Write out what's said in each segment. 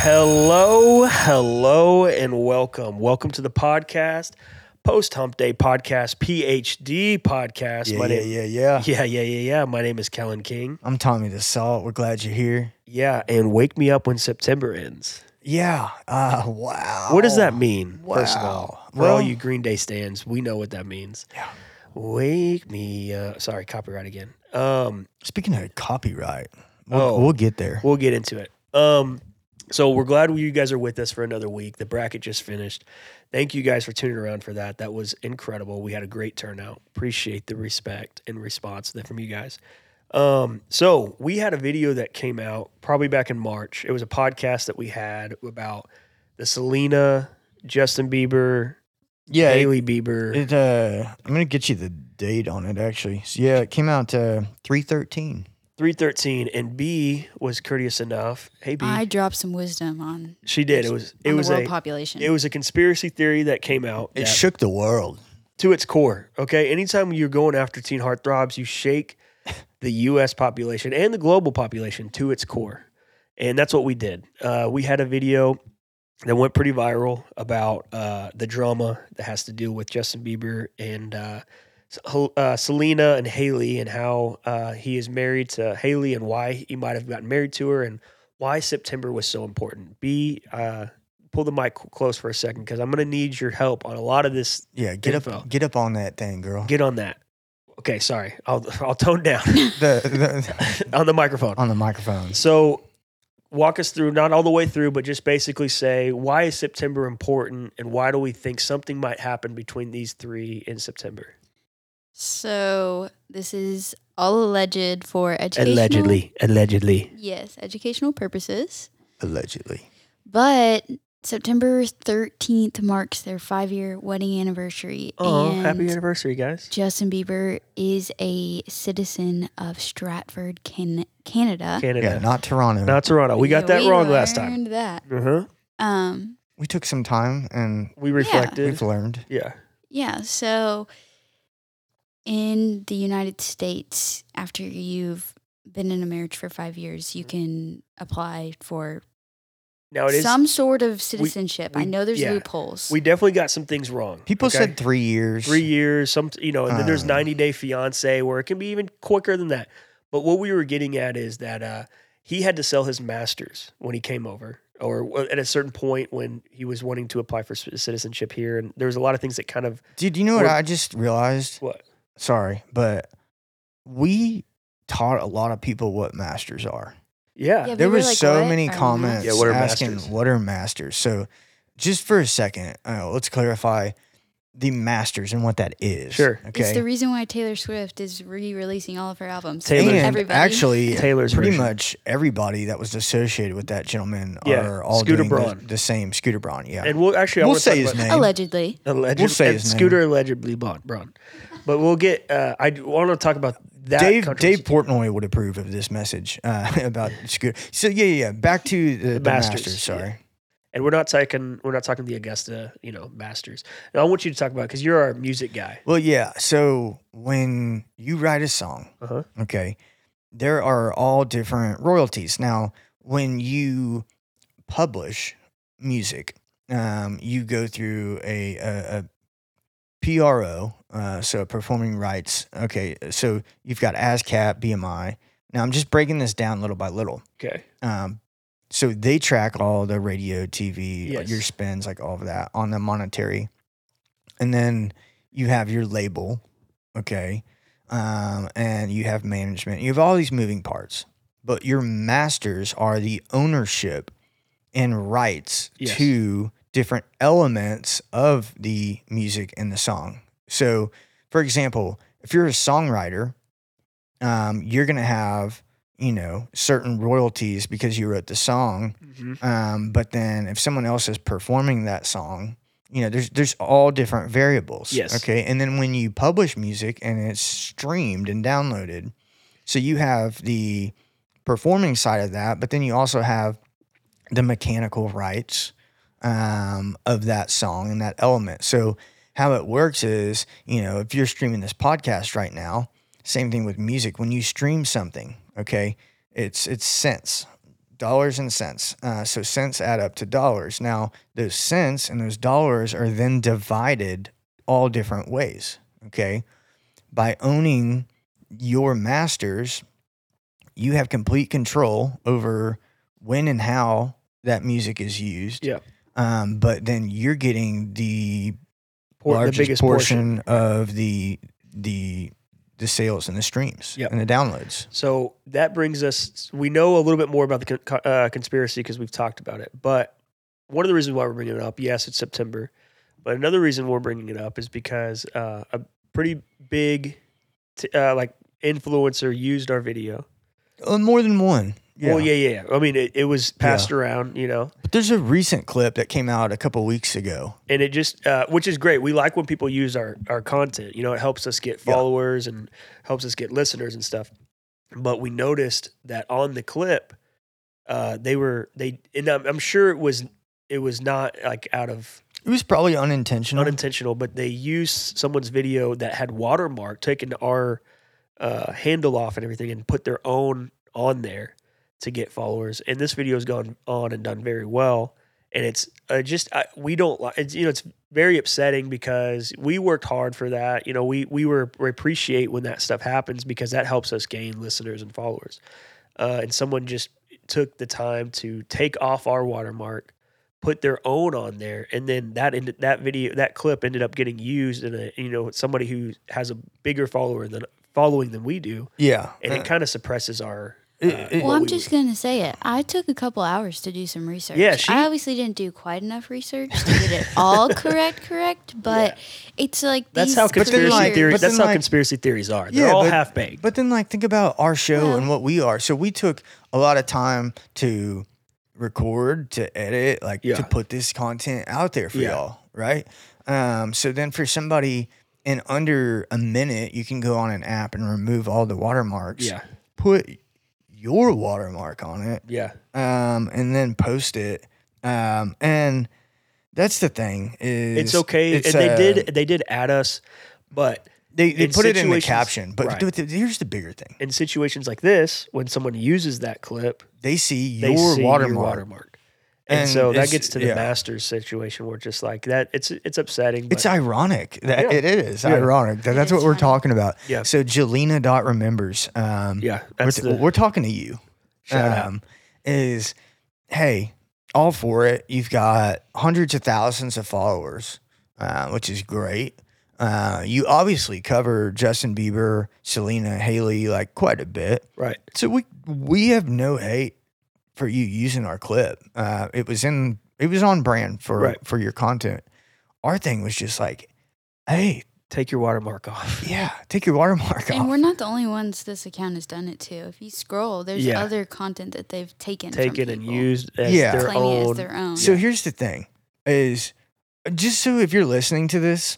Hello, hello, and welcome. Welcome to the podcast, Post Hump Day Podcast, PhD Podcast. Yeah, My yeah, name, yeah, yeah. yeah, yeah, yeah, yeah. My name is Kellen King. I'm Tommy the Salt. We're glad you're here. Yeah, and wake me up when September ends. Yeah. Uh, wow. What does that mean? First of Oh, Wow. all, for all Well- you Green Day stands, we know what that means. Yeah. Wake me. Uh, sorry, copyright again. Um, Speaking of copyright, we'll, Oh. we'll get there. We'll get into it. Um, so we're glad you guys are with us for another week. The bracket just finished. Thank you guys for tuning around for that. That was incredible. We had a great turnout. Appreciate the respect and response that from you guys. Um, so we had a video that came out probably back in March. It was a podcast that we had about the Selena, Justin Bieber, Yeah. It, Haley Bieber. it, uh, I'm gonna get you the date on it actually. So yeah, it came out uh, three thirteen. 313 and B was courteous enough. Hey B. I dropped some wisdom on, she did. It was it on was the world a population. it was a conspiracy theory that came out. It that- shook the world. to its core. Okay. Anytime you're going after teen heartthrobs, you shake the US population and the global population to its core. And that's what we did. Uh, we had a video that went pretty viral about uh, the drama that has to do with Justin Bieber and uh, S- Hel- uh, Selena and Haley and how uh, he is married to Haley and why he might have gotten married to her and why September was so important. B, uh, pull the mic close for a second because I'm going to need your help on a lot of this Yeah. Get Info. up. Get up on that thing, girl. Get on that. Okay, sorry. I'll I'll tone down the, the on the microphone. on the microphones. So walk us through not all the way through but just basically say why is September important and why do we think something might happen between these 3 in September? so this is all alleged for educational. Allegedly, allegedly. Yes, educational purposes. Allegedly. But September 13th marks their five year wedding anniversary. Oh, and happy anniversary, guys. Justin Bieber is a citizen of Stratford, Can- Canada. Canada. Yeah. Not Toronto. not Toronto. We got Yeah, that we wrong last time. learned that. Uh-huh. Um, we took some time and We reflected. we've learned. Yeah. Yeah, so in the United States, after you've been in a marriage for five years, you can apply for Now Mm-hmm. Oh, it is some sort of citizenship. I we- know there's yeah. loopholes. we definitely got some things wrong. People okay? said three years. three years, some you know, and then there's Uh. 90 day fiance where it can be even quicker than that. But what we were getting at is that uh, he had to sell his masters when he came over, or uh, at a certain point when he was wanting to apply for c- citizenship here, and there was a lot of things that kind of Dude, you know what Or- I just realized? what sorry, but we taught a lot of people what masters are. yeah, Yeah, yeah, We there were was like, so "What many are comments masters?" Yeah, what are asking masters? what are masters. So just for a second, uh, let's clarify the masters and what that is. Sure. Okay. It's the reason why Taylor Swift is re releasing all of her albums. Taylor- and Everybody. actually, Taylor's pretty version. much everybody that was associated with that gentleman Yeah, are all Scooter doing the, Braun. the same. Scooter Braun, yeah. and we'll actually I we'll wanna talk say his about- name. Allegedly. Alleged, We'll say and his name. Scooter allegedly Braun, Braun, but we'll get. Uh, I want to talk about that. Dave, controversy. Dave Portnoy would approve of this message uh, about Scooter. So yeah, yeah, yeah. Back to the, the Masters, masters. yeah. Sorry. and we're not talking. We're not talking the Augusta, you know, masters. And I want you to talk about because you're our music guy. Well, yeah. So when you write a song, Uh-huh. okay, there are all different royalties. Now, when you publish music, um, you go through a, a, a PRO, uh, so performing rights. Okay, so you've got ASCAP, BMI. Now, I'm just breaking this down little by little. Okay. Um, so they track all the radio, TV, Yes. your spends, like all of that on the monetary. And then you have your label, okay? Um, and you have management. You have all these moving parts, but your masters are the ownership and rights Yes. to different elements of the music and the song. So, for example, if you're a songwriter, um, you're going to have, you know, certain royalties because you wrote the song. Mhm. Um, but then if someone else is performing that song, you know, there's there's all different variables. Yes. Okay. And then when you publish music and it's streamed and downloaded, so you have the performing side of that, but then you also have the mechanical rights um, of that song and that element. So how it works is, you know, if you're streaming this podcast right now, same thing with music. When you stream something, okay, it's it's cents dollars and cents. Uh, so cents add up to dollars. Now, those cents and those dollars are then divided all different ways. Okay. By owning your masters, you have complete control over when and how that music is used. Yeah. Um, but then you're getting the Por- largest the biggest portion. portion, of the the the sales and the streams Yep. and the downloads. So that brings us. We know a little bit more about the con- uh, conspiracy because we've talked about it. But one of the reasons why we're bringing it up, yes, it's September, but another reason we're bringing it up is because uh, a pretty big, t- uh, like influencer used our video. Uh, more than one. Well, yeah, yeah. yeah. I mean, it, it was passed around, you know, But there's a recent clip that came out a couple weeks ago. and it just, uh, which is great. We like when people use our our content. You know, it helps us get Yeah. followers and helps us get listeners and stuff. But we noticed that on the clip, uh, they were they, and I'm, I'm sure it was it was not like out of It was probably unintentional. unintentional, but they used someone's video that had watermark taken our uh, handle off and everything, and put their own on there to get followers. And this video has gone on and done very well. And it's uh, just I, we don't like it's you know it's very upsetting because we worked hard for that. You know we we were we appreciate when that stuff happens because that helps us gain listeners and followers. Uh, and someone just took the time to take off our watermark, put their own on there, and then that ended, that video that clip ended up getting used in a you know somebody who has a bigger follower than following than we do, yeah. and it kind of suppresses our. Uh, it- uh, it- what Well, I'm we just would- gonna say it. I took a couple hours to do some research. Yeah, she- I obviously didn't do quite enough research to get it all correct, correct. But it's like That's these how then, conspiracy like- theories. but That's then, how like- conspiracy theories are. They're Yeah, all but- half baked. But then, like, think about our show Well- and what we are. So we took a lot of time to record, to edit, like Yeah. to put this content out there for Yeah. y'all, right? Um, so then, for somebody in under a minute, you can go on an app and remove all the watermarks. yeah, Put your watermark on it, yeah, um, and then post it. Um, and that's the thing is it's okay. it's, and they uh, did they did add us, but they, they in put it in the situations- caption. But right. th- th- here's the bigger thing: in situations like this, when someone uses that clip, they see they your see watermark. your watermark. And, And so that it's- gets to the yeah. masters situation where just like that, it's it's upsetting. But It's ironic. That Yeah. It is Yeah. ironic. That It that's is what we're funny. talking about. Yeah. So Jelena dot remembers. Um, yeah, we're, that's the we're talking to you. shout out. um, Is hey, all for it. You've got hundreds of thousands of followers, uh, which is great. Uh, you obviously cover Justin Bieber, Selena, Haley, like quite a bit. Right. So we we have no hate for you using our clip. Uh, it was in it was on brand for Right. for your content. Our thing was just like, hey, Take your watermark off. yeah, take your watermark off. And we're not the only ones this account has done it to. If you scroll, there's Yeah. other content that they've taken, from Taken and people, used as Yeah. their claiming it own. as their own. so here's the thing: is just so if you're listening to this,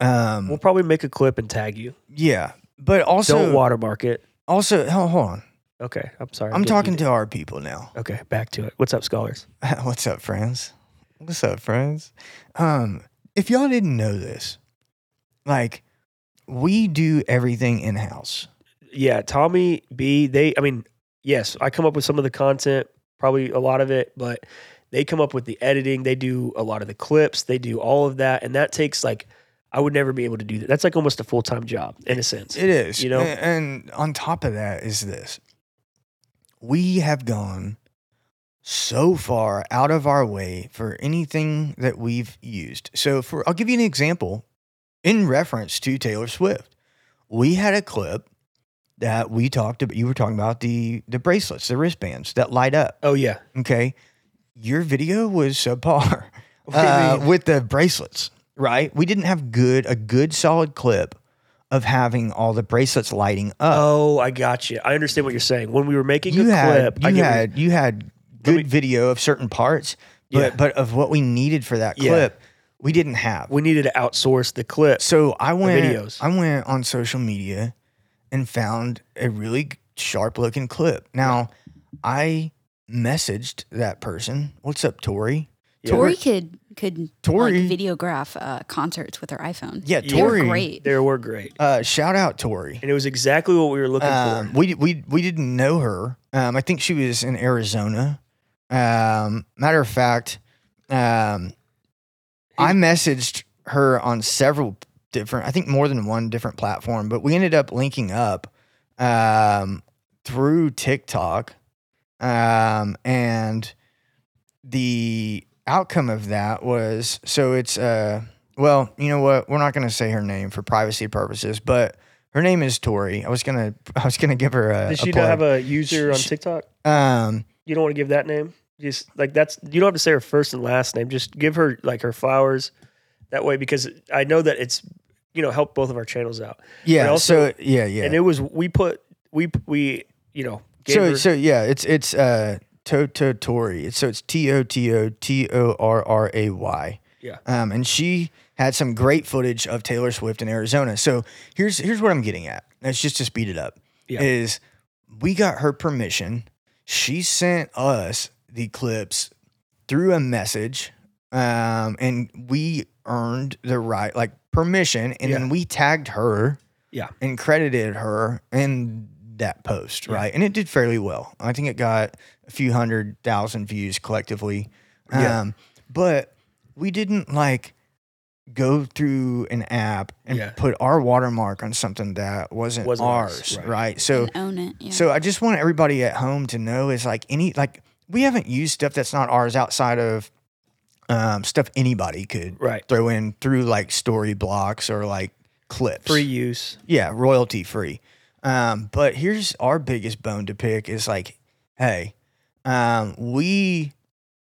um, We'll probably make a clip and tag you. yeah, but also Don't watermark it. also hold, hold on, Okay, I'm sorry. I'm didn't talking mean to our people now. it. Okay, back to it. What's up, scholars? What's up, friends? What's up, friends? Um, if y'all didn't know this, like we do everything in house. Yeah, Tommy B. They. I mean, yes, I come up with some of the content, probably a lot of it, but they come up with the editing. They do a lot of the clips. They do all of that, and that takes like I would never be able to do that. That's like almost a full time job in a sense. It is, You know? A- And, on top of that is this: we have gone so far out of our way for anything that we've used. So, for I'll give you an example in reference to Taylor Swift. We had a clip that we talked about. You were talking about the the bracelets, the wristbands that light up. oh yeah. okay, your video was subpar What do you uh, mean? with the bracelets, right? We didn't have good a good solid clip of having all the bracelets lighting up. oh, I got you. I understand what you're saying. When we were making you a had clip, I you get what you're- had you had Let good me- video of certain parts, but Yeah. but of what we needed for that Yeah. clip, we didn't have. we needed to outsource the clip. So I went videos. I went on social media and found a really sharp looking clip. Now I messaged that person, "What's up, Tori?" Yeah. Tori could could Tori. like, videograph uh, concerts with her iPhone. yeah, They were Tori. great. They were great. Uh, shout out Tori. And it was exactly what we were looking Um, for. we we we didn't know her. Um, I think she was in Arizona. Um, matter of fact, um, I messaged her on several different, I think more than one different platform, but we ended up linking up um, through TikTok, um, and the outcome of that was so it's uh well you know what we're not going to say her name for privacy purposes, but her name is Tori. I was gonna I was gonna give her a. Did a she not plug. have a user on Sh- sh- TikTok? um, You don't want to give that name? Just like that's you don't have to say her first and last name. Just give her like her flowers that way because I know that it's you know help both of our channels out. yeah. also- so yeah, yeah. And it was we put we we you know gave so her so yeah, it's it's uh Toto Tori. So it's T O T O T O R R A Y. Yeah. Um, and she had some great footage of Taylor Swift in Arizona. So here's here's what I'm getting at. That's just to speed it up. Yeah. Is we got her permission. She sent us the clips through a message, um, and we earned the right like permission, and Yeah. then we tagged her yeah and credited her in that post, Yeah. right? And it did fairly well. I think it got a few hundred thousand views collectively. Yeah. Um, but we didn't like go through an app and Yeah. put our watermark on something that wasn't, Wasn't ours, ours, right. right? So, and own it. Yeah. so I just want everybody at home to know is like any like we haven't used stuff that's not ours outside of um, stuff anybody could right throw in through like story blocks or like clips free use yeah, royalty free. Um, but here's our biggest bone to pick is like, hey, um, we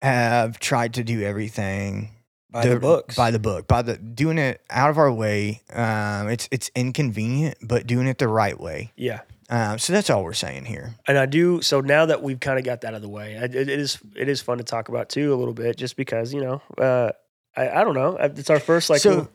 have tried to do everything by the, books by the book, by the doing it out of our way. Um, it's it's inconvenient, but doing it the right way. yeah. Um, so that's all we're saying here. and I do. So now that we've kind of got that out of the way, I, it, it is it is fun to talk about too a little bit, just because you know, uh, I, I don't know. I- It's our first like. So- little-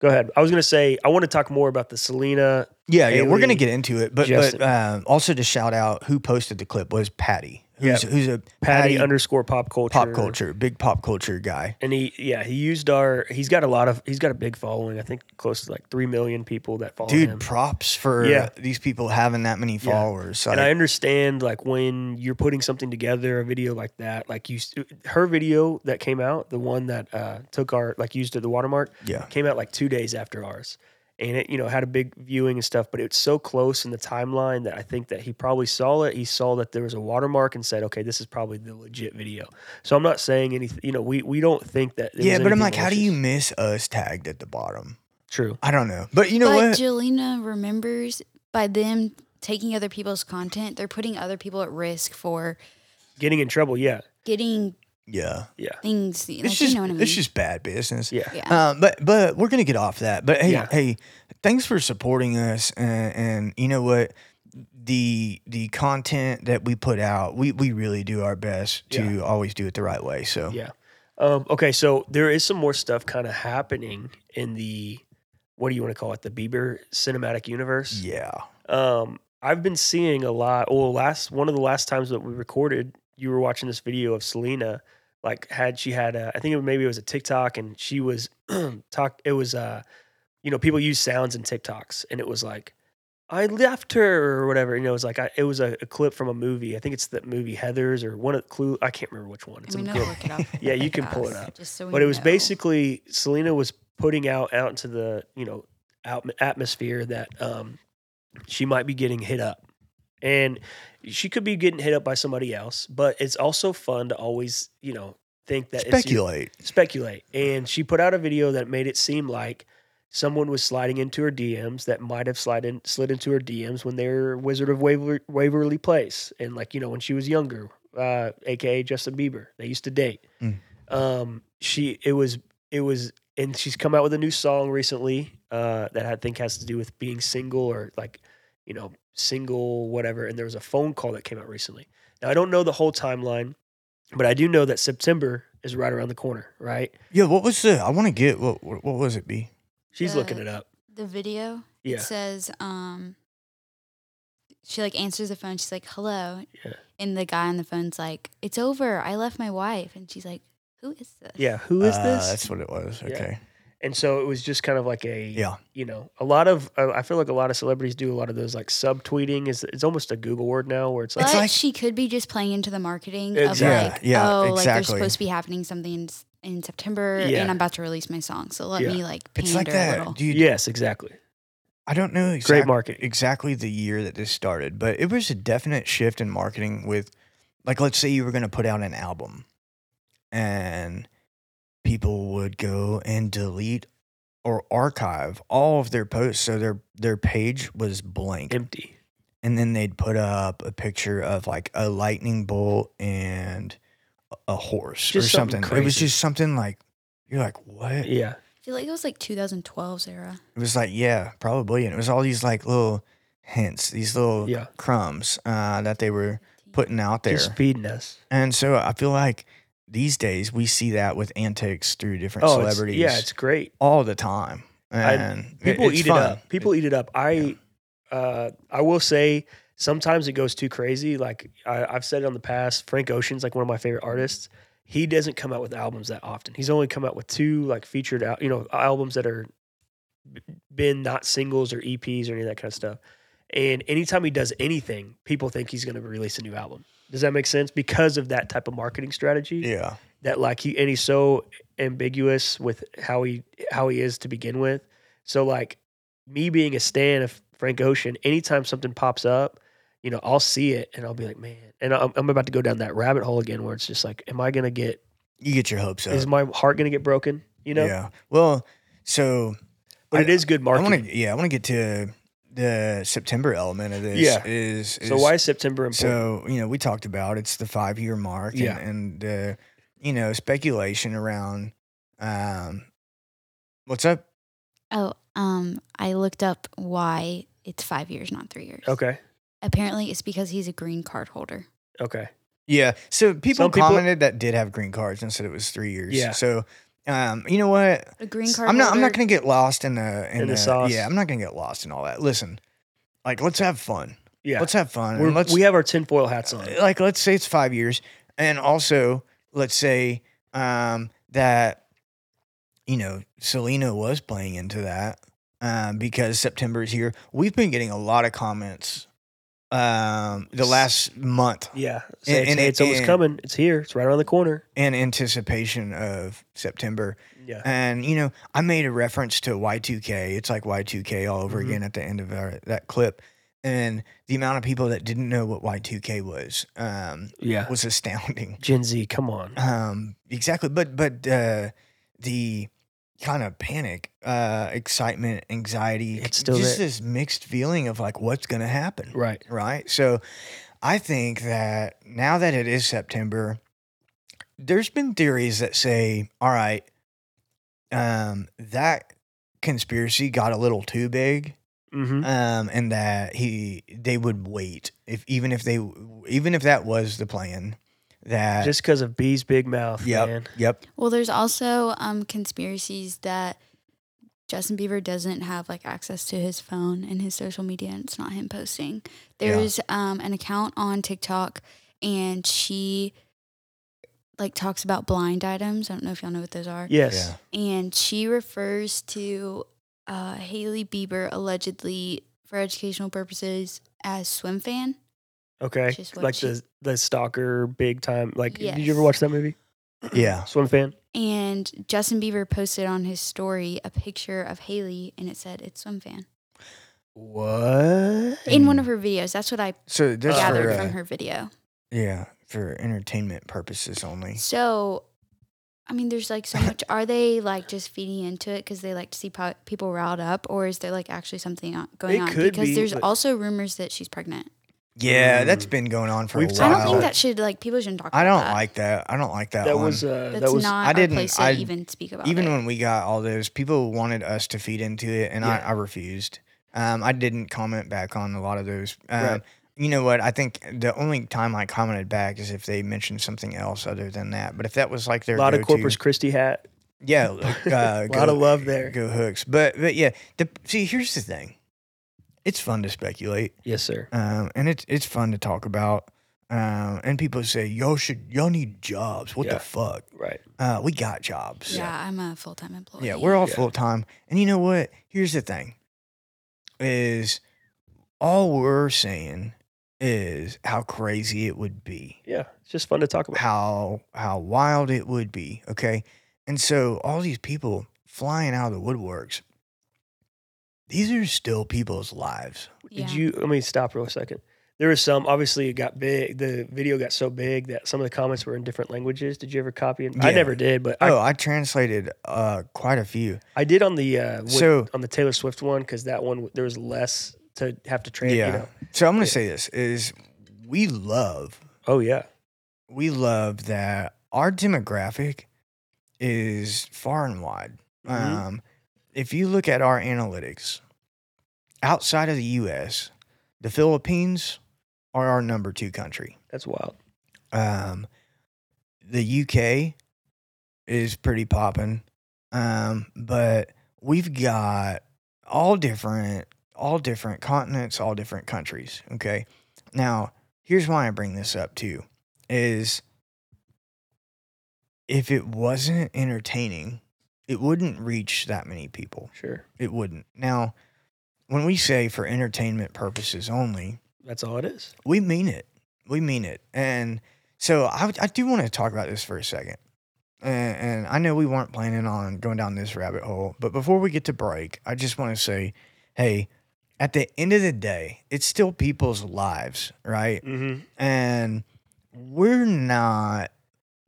go ahead. I was gonna say I want to talk more about the Selena. Yeah, yeah, we're Haley, gonna get into it, but Justin. but um, also to shout out who posted the clip was Patty, who's who's a Patty, Patty, underscore pop culture. pop culture, big pop culture guy. And he, yeah, he used our. He's got a lot of. He's got a big following. I think close to like three million people that follow Dude, him. props for Yeah. these people having that many followers. and Like- I understand like when you're putting something together, a video like that, like you, s- her video that came out, the one that uh, took our like used at the watermark, Yeah. came out like two days after ours, and it you know had a big viewing and stuff, but it's so close in the timeline that I think that he probably saw it. He saw that there was a watermark and said, okay, this is probably the legit video. So I'm not saying anything. You know, we we don't think that. there Yeah, was but I'm anything like, how do you malicious. miss us tagged at the bottom? True. I don't know. But you know but what? Jelena remembers by them taking other people's content, they're putting other people at risk for Getting in trouble, yeah, getting yeah. yeah. things. Like, It's just you know what I mean? it's just bad business. Yeah. yeah. Um, but but we're gonna get off that. But hey Yeah. hey, thanks for supporting us. And, and you know what, the the content that we put out, we we really do our best to always do it the right way. So Yeah. Um, okay, so there is some more stuff kind of happening in the what do you want to call it? The Bieber cinematic universe. yeah, Um, I've been seeing a lot. Well, last one of the last times that we recorded, you were watching this video of Selena. Like, had she had? A, I think it was, maybe it was a TikTok, and she was talk. It was uh, you know, people use sounds in TikToks, and it was like, I left her or whatever. You know, it was like I, it was a, a clip from a movie. I think it's the movie Heather's or one of Clue. I can't remember which one. It's I mean, a I'll good look it up. Yeah, you can pull it Fast, up. Just so we but it was know. basically Selena was putting out out into the you know out, atmosphere that um, she might be getting hit up, and she could be getting hit up by somebody else. But it's also fun to always you know think that it's you- speculate. speculate. And she put out a video that made it seem like someone was sliding into her DMs that might have slid in, slid into her DMs when they were Wizard of Waverly, Waverly Place, and like you know when she was younger, uh, aka Justin Bieber, they used to date. Mm. Um, she it was it was, and she's come out with a new song recently uh, that I think has to do with being single or like you know single whatever. And there was a phone call that came out recently. Now I don't know the whole timeline, but I do know that September is right around the corner, right? Yeah, what was the? I want to get what what what was it? Be She's Uh, looking it up. the video. Yeah. It says, um, she like answers the phone. She's like, "Hello," Yeah. and the guy on the phone's like, "It's over. I left my wife," and she's like, Who is this? Yeah, who is Uh, this? That's what it was. Yeah. Okay. And so it was just kind of like a Yeah. you know, a lot of uh, I feel like a lot of celebrities do a lot of those like subtweeting is it's almost a Google word now where it's But like like- she could be just playing into the marketing Exactly. of like, Yeah, yeah, oh, like there's exactly. supposed to be happening something in, s- in September, Yeah. and I'm about to release my song, so let Yeah. me like pander It's like a that, little. dude. yes, exactly. I don't know exactly marketing. exactly the year that this started, but it was a definite shift in marketing with like let's say you were going to put out an album and people would go and delete or archive all of their posts so their their page was blank Empty. and then they'd put up a picture of like a lightning bolt and a- a horse Just or something something. It was crazy. just something like you're like what? Yeah. I feel like it was like 2012's era. It was like, yeah, probably. And it was all these like little hints, these little Yeah. crumbs uh, that they were putting out there. Just feeding us. and so I feel like these days we see that with antics through different Oh, it's- celebrities yeah, it's great. all the time. I- And it- People it's eat fun. it up. People eat it up. I uh I will say sometimes it goes too crazy. Like I, I've said it on the past, Frank Ocean's like one of my favorite artists. He doesn't come out with albums that often. He's only come out with two like featured out, you know, albums that are b- been not singles or EPs or any of that kind of stuff. And anytime he does anything, people think he's going to release a new album. Does that make sense? Because of that type of marketing strategy Yeah. that like he and he's so ambiguous with how he how he is to begin with. So like me being a stan of Frank Ocean, anytime something pops up, you know, I'll see it and I'll be like, man. And I'm, I'm about to go down that rabbit hole again where it's just like, am I gonna get? You get your hopes up. Is my heart gonna get broken? You know. Yeah. Well, so But I- it is good I marketing. want to, yeah, I want to get to the September element of this. Yeah. Is, is so why is September important? So you know, we talked about it's the five year mark, Yeah. and, and uh, you know, speculation around um, what's up. Oh, um, I looked up why it's five years, not three years. okay. Apparently, it's because he's a green card holder. Okay. Yeah, so people Some people- commented that did have green cards and said it was three years. Yeah. So, um, you know what? A green card. I'm not. I'm not holder- going to get lost in the in, In the sauce. Yeah, I'm not going to get lost in all that. Listen, like let's have fun. Yeah. Let's have fun. and We're, let's Uh, we have our tinfoil hats on. like let's say it's five years and also let's say um that you know selena was playing into that um because september is here we've been getting a lot of comments um the last month Yeah. So it's, and- it's almost and- coming. It's here. It's right around the corner. in anticipation of september Yeah. and you know i made a reference to y2k it's like y2k all over Mhm. again at the end of our, that clip and the amount of people that didn't know what y2k was um Yeah. was astounding Gen Z, come on. Um, exactly. But but uh, the kind of panic, uh, excitement, anxiety, It's still just there. this mixed feeling of like what's going to happen, Right. right? So I think that now that it is September, there's been theories that say, all right, um, that conspiracy got a little too big hmm um, and that he they would wait if even if they even if that was the plan that Just because of B's big mouth, Yep. man. Yep. Well, there's also um, conspiracies that Justin Bieber doesn't have like access to his phone and his social media, and it's not him posting. Yeah. There's um, an account on TikTok, and she like talks about blind items. I don't know if y'all know what those are, Yes. and she refers to uh, Haley Bieber allegedly for educational purposes as swim fan. Okay. Just what Like she- the the stalker big time. Like did you ever watch Yes. that movie? Yeah. Swim fan? And Justin Bieber posted on his story a picture of Haley, and it said it's swim fan. What? in one of her videos. That's what I So Mm. that's Yeah, for, gathered they're from uh, her video. yeah, for entertainment purposes only. So, I mean, there's like so much. Are they like just feeding into it because they like to see po- people riled up, or is there like actually something on- going It on? could because be, there's but- also rumors that she's pregnant. Yeah, that's Mm. been going on for We've a talked while. I don't Wow. think that should like people shouldn't talk. I about don't that. like that. I don't like that. That one. was uh That's that was not. I I didn't- didn't place to I- even speak about even it. when we got all those people wanted us to feed into it, and Yeah. I, I refused. Um, I didn't comment back on a lot of those. Um, Right. You know what? I think the only time I commented back is if they mentioned something else other than that. But if that was like a their lot of go-to- Corpus Christi hat. yeah, like, uh, Lot of love there. go hooks. But but yeah, the, see, here's the thing. It's fun to speculate. Yes, sir. um, and it's it's fun to talk about. Um, and people say, y'all should, y'all need jobs. What Yeah. the fuck? Right. Uh, we got jobs. Yeah, I'm a full time employee. Yeah, we're all Yeah. full time. And you know what? Here's the thing is all we're saying is how crazy it would be. Yeah. It's just fun to talk about. How how wild it would be, okay? And so all these people flying out of the woodworks. These are still people's lives. Did Yeah. you? Let me stop real second. There was some. Obviously, it got big. The video got so big that some of the comments were in different languages. Did you ever copy? it? I Yeah. never did, but oh, I translated uh quite a few. I, I did on the uh, with- So- on the Taylor Swift one because that one there was less to have to train. yeah. You know? So I'm going to Yeah. say this is we love Oh yeah. we love that our demographic is far and wide. Mhm. Um, if you look at our analytics, outside of the U.S., the Philippines are our number two country. That's wild. Um, the U.K. is pretty popping, um, but we've got all different, all different continents, all different countries. Okay, now here's why I bring this up too: is if it wasn't entertaining, it wouldn't reach that many people. Sure. It wouldn't. Now, when we say for entertainment purposes only, That's all it is. we mean it. We mean it. And so I, would- I do want to talk about this for a second. And, and I know we weren't planning on going down this rabbit hole, but before we get to break, I just want to say, hey, at the end of the day, it's still people's lives, right? Mm-hmm. And we're not.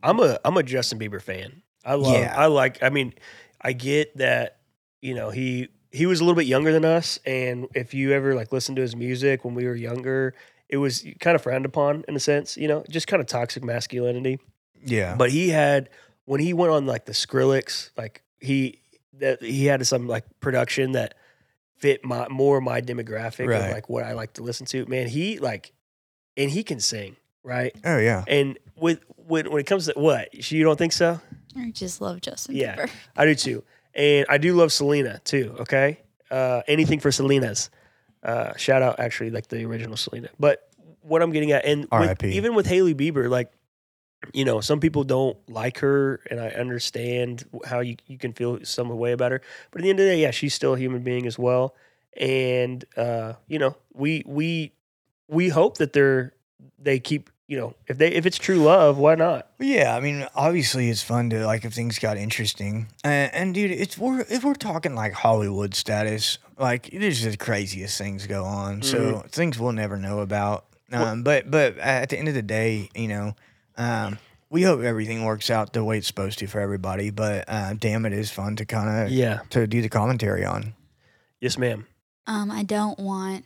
I'm a I'm a Justin Bieber fan. I love. Yeah. I like. I mean, I get that. You know he he was a little bit younger than us, and if you ever like listen to his music when we were younger, it was kind of frowned upon in a sense. You know, just kind of toxic masculinity. Yeah. But he had when he went on like the Skrillex, like he that he had some like production that fit my more my demographic of Right. like what I like to listen to. Man, he like and he can sing, right? Oh, yeah. And with when when it comes to what you don't think so? I just love Justin Yeah. Bieber. I do too, and I do love Selena too. Okay, uh, anything for Selena's. Uh, shout out actually like the original Selena. But what I'm getting at, and with, R.I.P.. even with Haley Bieber, like you know, some people don't like her, and I understand how you you can feel some way about her. But at the end of the day, yeah, she's still a human being as well, and uh, you know, we we we hope that they're they keep you know if they if it's true love, why not? Yeah, I mean, obviously, it's fun to like if things got interesting. And, and dude, it's we're if we're talking like Hollywood status, like there's the craziest things go on. So things we'll never know about. Um, Mm-hmm. Well- but but at the end of the day, you know, um, we hope everything works out the way it's supposed to for everybody. But uh, damn, it is fun to kind of Yeah. to do the commentary on. Yes, ma'am. Um, I don't want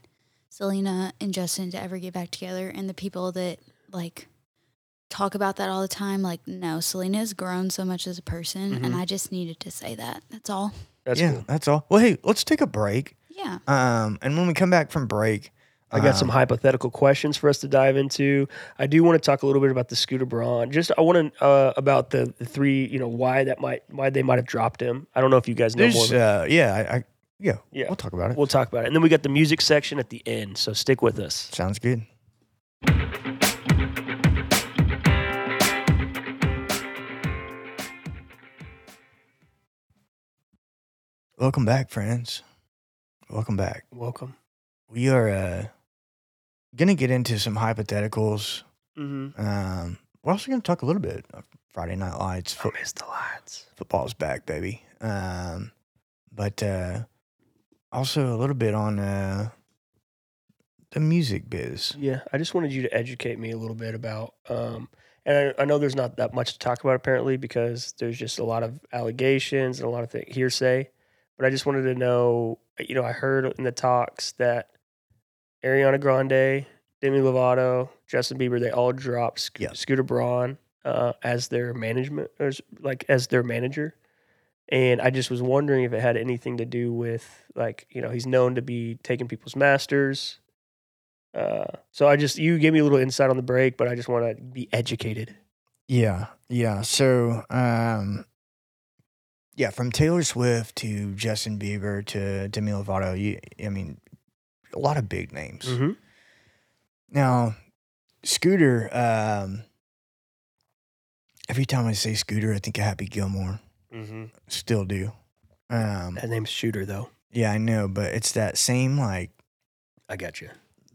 Selena and Justin to ever get back together, and the people that like talk about that all the time, like, no, Selena has grown so much as a person, and Mhm. I just needed to say that. That's all. That's yeah, cool. that's all. Well, hey, let's take a break. Yeah. Um, and when we come back from break, I got um, some hypothetical questions for us to dive into. I do want to talk a little bit about the Scooter Braun. Just I want to uh, about the, the three. You know why that might why they might have dropped him. I don't know if you guys know more. There's But uh, yeah, I, I yeah, Yeah. we'll talk about it. we'll talk about it, and then we got the music section at the end. So stick with us. Sounds good. Welcome back, friends. Welcome back. Welcome. We are uh, going to get into some hypotheticals. Mm-hmm. Um, we're also going to talk a little bit of Friday Night Lights. Fo- I miss the lights. football's back, baby. Um, but uh, also a little bit on uh, the music biz. Yeah, I just wanted you to educate me a little bit about. Um, and I, I know there's not that much to talk about apparently because there's just a lot of allegations and a lot of th- hearsay. But I just wanted to know. You know, I heard in the talks that Ariana Grande, Demi Lovato, Justin Bieber, they all dropped Sco- Yeah. Scooter Braun uh, as their management, or as, like as their manager. And I just was wondering if it had anything to do with like you know he's known to be taking people's masters. Uh, so I just you gave me a little insight on the break, but I just want to be educated. Yeah, yeah. So, um, yeah, from Taylor Swift to Justin Bieber to Demi Lovato, you, I mean, a lot of big names. Mm-hmm. Now, Scooter. Um, every time I say Scooter, I think of Happy Gilmore. Mm-hmm. Still do. Um, That name's Shooter, though. yeah, I know, but it's that same like I got you.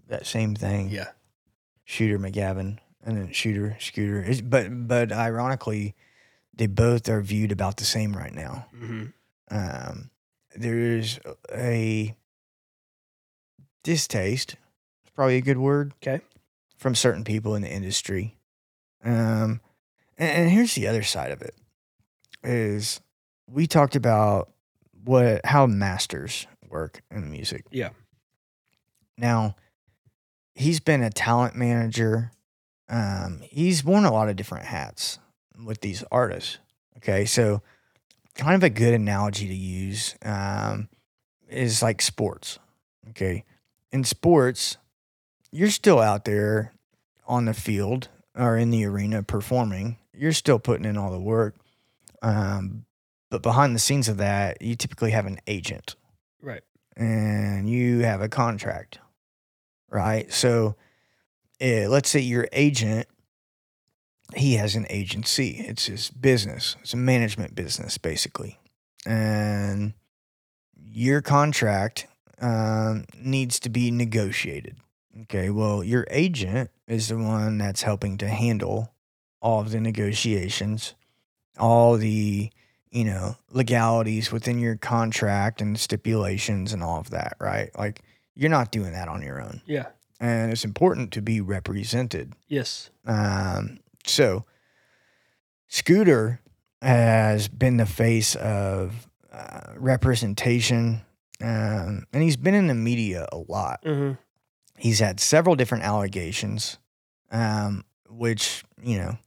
that same thing. Yeah. Shooter McGavin and then Shooter Scooter. It's, but but ironically, they both are viewed about the same right now. Mm-hmm. um, there's a distaste. It's probably a good word. 'Kay. From certain people in the industry. Um, and, and here's the other side of it is we talked about what how masters work in music. Yeah. Now, he's been a talent manager. Um, he's worn a lot of different hats with these artists. Okay, so kind of a good analogy to use um, is like sports. Okay. In sports, you're still out there on the field or in the arena performing, you're still putting in all the work. Um, but behind the scenes of that, you typically have an agent Right. and you have a contract, right? So eh, let's say your agent, he has an agency. It's his business. It's a management business, basically. And your contract um, needs to be negotiated. Okay. Well, your agent is the one that's helping to handle all of the negotiations, all the you know, legalities within your contract and stipulations and all of that, right? Like you're not doing that on your own. Yeah. And it's important to be represented. Yes. Um, so Scooter has been the face of uh, representation, um, and he's been in the media a lot Mm-hmm. he's had several different allegations, um, which you know,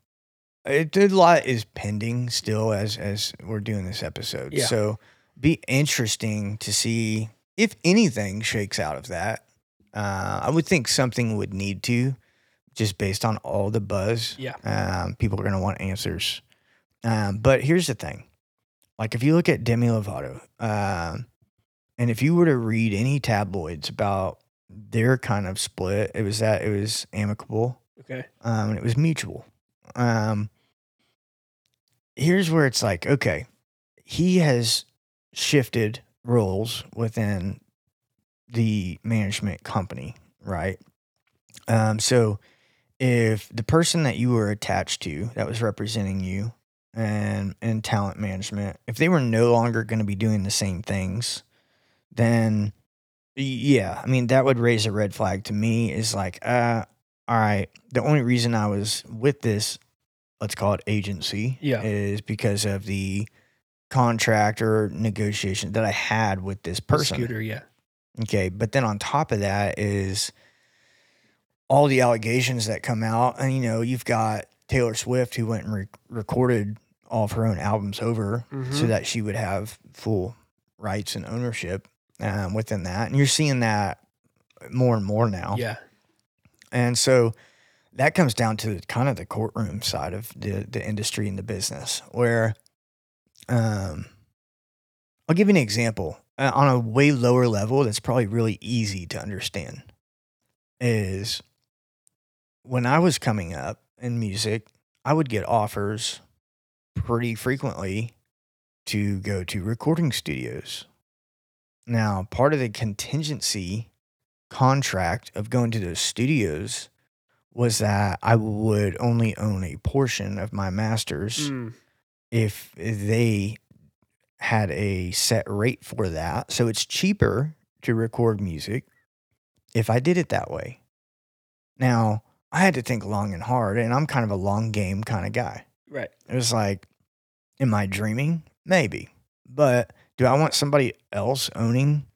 it, a lot is pending still as as we're doing this episode. Yeah. So, be interesting to see if anything shakes out of that. Uh, I would think something would need to, just based on all the buzz. Yeah. Um, people are going to want answers. Um, but here's the thing. Like if you look at Demi Lovato, um, and if you were to read any tabloids about their kind of split, it was that it was amicable Okay. um, and it was mutual. Um, here's where it's like, okay, he has shifted roles within the management company, right? Um, so if the person that you were attached to that was representing you and in talent management, if they were no longer going to be doing the same things, then y- yeah, I mean that would raise a red flag to me. Is like, uh, all right, the only reason I was with this, let's call it agency, Yeah. is because of the contract or negotiation that I had with this person. Scooter. Yeah. Okay. But then on top of that is all the allegations that come out. And, you know, you've got Taylor Swift who went and re- recorded all of her own albums over Mhm. so that she would have full rights and ownership um, within that. And you're seeing that more and more now. Yeah. And so that comes down to kind of the courtroom side of the the industry and the business where um I'll give you an example uh, on a way lower level that's probably really easy to understand is when I was coming up in music, I would get offers pretty frequently to go to recording studios. Now, part of the contingency contract of going to those studios was that I would only own a portion of my masters Mm. if they had a set rate for that. So it's cheaper to record music if I did it that way. Now, I had to think long and hard, and I'm kind of a long game kind of guy. Right. It was like, am I dreaming? Maybe. But do I want somebody else owning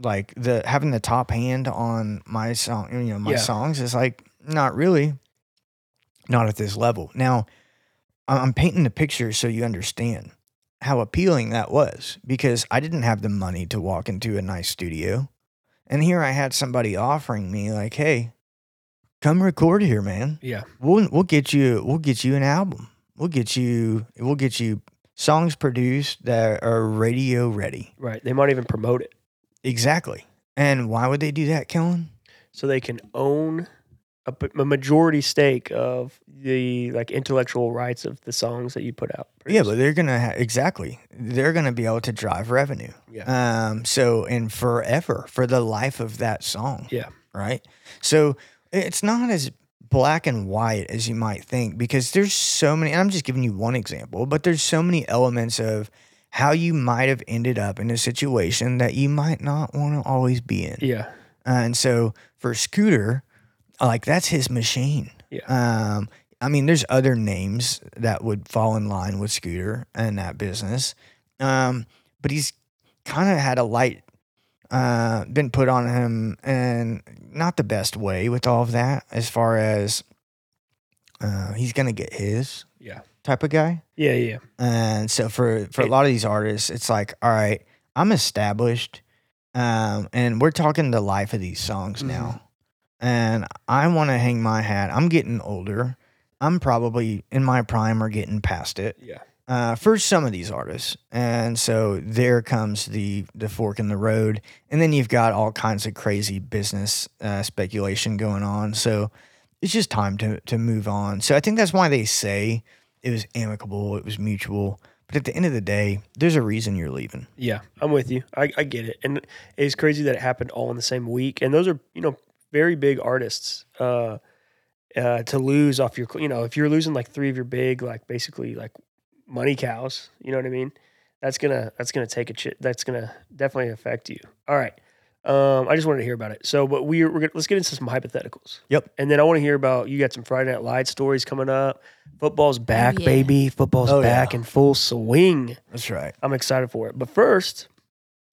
like the having the top hand on my song, you know, my Yeah. songs is like not really not at this level. Now, I- I'm painting the picture so you understand how appealing that was because I didn't have the money to walk into a nice studio. And here I had somebody offering me like, "Hey, come record here, man." Yeah. we'll we'll get you we'll get you an album. We'll get you we'll get you songs produced that are radio ready. Right. They might even promote it Exactly. And why would they do that, Kellen? so they can own a, p- a majority stake of the like intellectual rights of the songs that you put out. Yeah, but they're gonna ha- exactly. They're gonna be able to drive revenue. Yeah. Um. So and forever for the life of that song. Yeah. Right. So it's not as black and white as you might think because there's so many. I'm just giving you one example, but there's so many elements of how you might have ended up in a situation that you might not want to always be in. yeah, Uh, and so for Scooter, uh, like that's his machine. Yeah. Um, I mean, there's other names that would fall in line with Scooter and that business. Um, but he's kind of had a light uh, been put on him and not the best way with all of that as far as uh, he's going to get his yeah, type of guy. yeah, yeah. And so for for a It- lot of these artists, it's like, all right, I'm established, um, and we're talking the life of these songs now, and I want to hang my hat. I'm getting older. I'm probably in my prime or getting past it Yeah. uh, for some of these artists, and so there comes the the fork in the road, and then you've got all kinds of crazy business uh, speculation going on. So it's just time to to move on. So I think that's why they say it was amicable, it was mutual. But at the end of the day, there's a reason you're leaving. Yeah, I'm with you. I, I get it, and it's crazy that it happened all in the same week. And those are you know very big artists uh, uh, to lose off your you know if you're losing like three of your big like basically like money cows. You know what I mean? That's gonna that's gonna take a chit. That's gonna definitely affect you. All right. Um, I just wanted to hear about it. So, but we we're gonna, let's get into some hypotheticals. Yep. And then I want to hear about you got some Friday Night Lights stories coming up. Football's back, yeah. baby. Football's Oh, back in full swing. That's right. I'm excited for it. But first,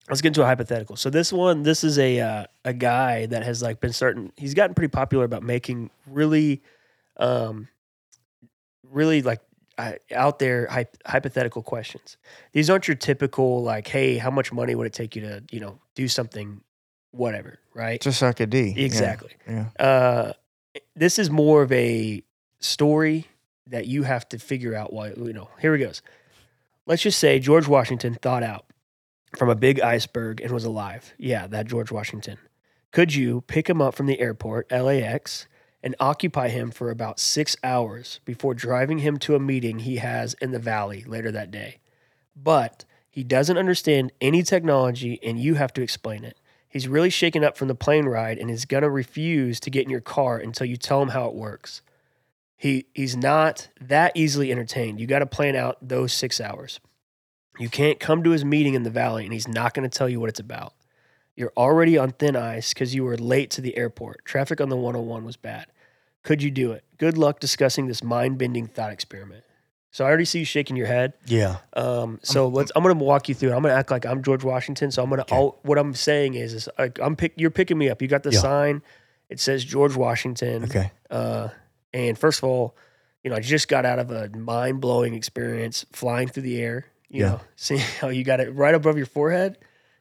let's get into a hypothetical. So this one, this is a uh, a guy that has like been starting. He's gotten pretty popular about making really, um, really like uh, out there hy- hypothetical questions. These aren't your typical like, hey, how much money would it take you to you know do something, whatever, right? Just like a D. Yeah. exactly. Yeah. Uh, this is more of a story that you have to figure out why you know here it goes let's just say george washington thought out from a big iceberg and was alive yeah that george washington could you pick him up from the airport lax and occupy him for about six hours before driving him to a meeting he has in the valley later that day but he doesn't understand any technology and you have to explain it He's really shaken up from the plane ride and is gonna refuse to get in your car until you tell him how it works. He he's not that easily entertained. You got to plan out those 6 hours. You can't come to his meeting in the valley and he's not going to tell you what it's about. You're already on thin ice cuz you were late to the airport. Traffic on the 101 was bad. Could you do it? Good luck discussing this mind-bending thought experiment. So I already see you shaking your head. Yeah. Um, so let's. I'm gonna walk you through. it. I'm gonna act like I'm George Washington. So I'm gonna. Okay. All, what I'm saying is, is like I'm pick. You're picking me up. You got the Yeah. sign. It says George Washington. Okay. Uh, and first of all, you know, I just got out of a mind blowing experience flying through the air. You Yeah. know, see how you got it right above your forehead.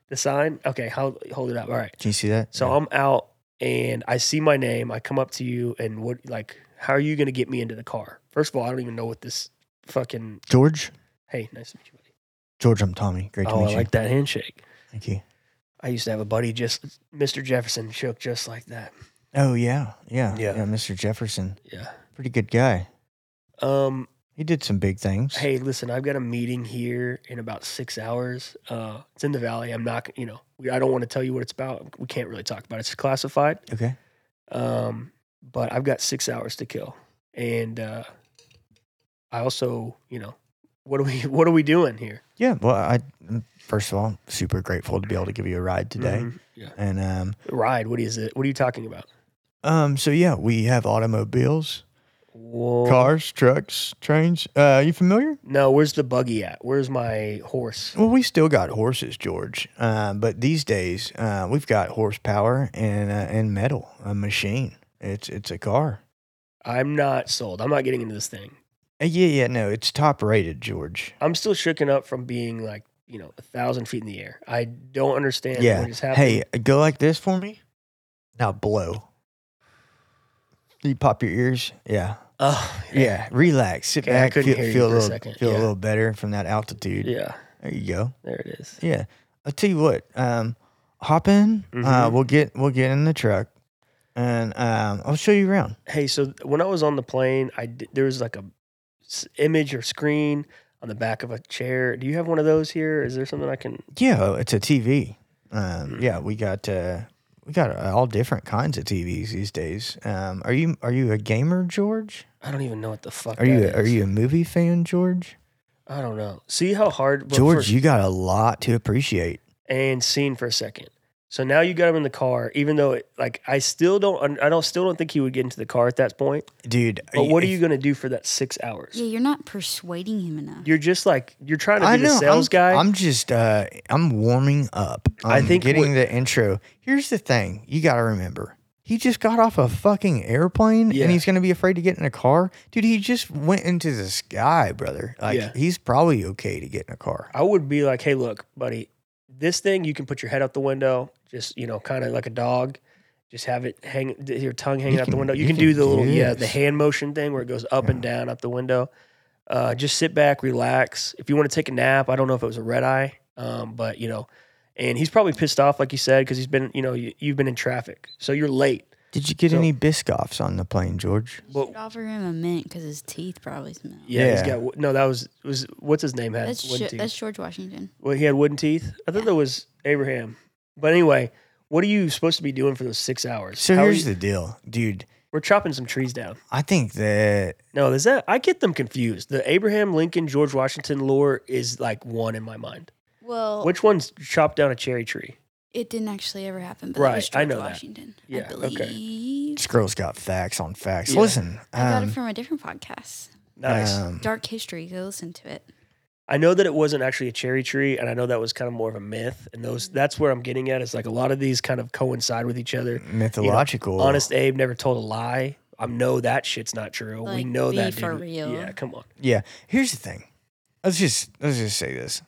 The sign. Okay, how hold it up. All right. Can you see that? So I'm out and I see my name. I come up to you and what like, how are you gonna get me into the car? First of all, I don't even know what this fucking. George. Hey, nice to meet you. buddy. George, I'm Tommy. Great to Oh, meet I you. like that handshake. Thank you. I used to have a buddy, just Mr. Jefferson, shook just like that. Oh yeah. Yeah. Yeah. Yeah. Mr. Jefferson, Yeah. pretty good guy. Um. He did some big things. Hey, listen, I've got a meeting here in about six hours. Uh, it's in the valley. I'm not. You know, we, I don't want to tell you what it's about. We can't really talk about it. It's classified. Okay. Um. But I've got six hours to kill, and uh, I also, you know, what are we? What are we doing here Yeah. Well, I I'm- first of all, super grateful to be able to give you a ride today. Mhm. Yeah. And um, Ride. What is it? What are you talking about? um, so yeah, we have automobiles, Whoa. cars, trucks, trains. Uh, you familiar? No. Where's the buggy at? Where's my horse? Well, we still got horses, George. Um, but these days, uh, we've got horsepower and uh, and metal, a machine. It's it's a car. I'm not sold. I'm not getting into this thing. Uh, yeah, yeah, no, it's top rated, George. I'm still shooken up from being like, you know, a thousand feet in the air. I don't understand yeah. what just happened. Hey, go like this for me. Now blow. You pop your ears. Yeah. Oh, Yeah, relax, sit Okay, I back, couldn't feel, hear you feel a for a little, second. feel Yeah. a little better from that altitude. Yeah. There you go. There it is. Yeah, I'll tell you what. Um, hop in. Uh, Mhm. we'll get we'll get in the truck. and um, I'll show you around. Hey, so when I was on the plane, I d- there was like a s- image or screen on the back of a chair. Do you have one of those here? Is there something I can? Yeah, oh, it's a TV. Mm. Um, yeah, we got uh, we got uh, all different kinds of TVs these days. Um, are you are you a gamer, George? I don't even know what the fuck. Are you that are is. you a movie fan, George? I don't know. See how hard but George, first- you got a lot to appreciate. and scene for a second. So now you got him in the car, even though it, like I still don't, I don't still don't think he would get into the car at that point. Dude, But what are if- you going to do for that six hours? Yeah, you're not persuading him enough. You're just like you're trying to be I the know. sales I'm, guy. I'm just uh, I'm warming up. I'm I think getting what- the intro. Here's the thing: you got to remember, he just got off a fucking airplane, Yeah. and he's gonna be afraid to get in a car, dude. He just went into the sky, brother. Like Yeah. he's probably okay to get in a car. I would be like, hey, look, buddy, this thing you can put your head out the window, just you know, kind of like a dog, just have it hang d- your tongue hanging You out the can- window. You, you can, can do the little do yeah, the this. hand motion thing where it goes up and Yeah. down out the window. Uh, just sit back, relax. If you want to take a nap, I don't know if it was a red eye, um, but you know, and he's probably pissed off, like you said, because he's been, you know, you, you've been in traffic, so you're late. Did you get So- any Biscoffs on the plane, George? But Should offer him a mint because his teeth probably smell. yeah, he's Yeah. got no. That was was what's his name had That's wooden Sho- teeth. that's George Washington. Well, he had wooden teeth. I thought Yeah. that was Abraham. But anyway, what are you supposed to be doing for those six hours? So How are here's you- the deal, dude. we're chopping some trees down. I think that No, is that I get them confused. The Abraham Lincoln George Washington lore is like one in my mind. Well, Which one's chopped down a cherry tree? it didn't actually ever happen. But Right, it was George I know that. Washington. Yeah, I okay. believe. this girl's got facts on facts. Yeah. Listen, I got um, it from a different podcast, Nice. um, Dark History. Go listen to it. I know that it wasn't actually a cherry tree, and I know that was kind of more of a myth. And those that's where I'm getting at is like a lot of these kind of coincide with each other. mythological. Honest Abe never told a lie. I know that shit's not true. we Like, know be that for didn't- real. Yeah, come on. Yeah. Here's the thing. Let's just let's just say this.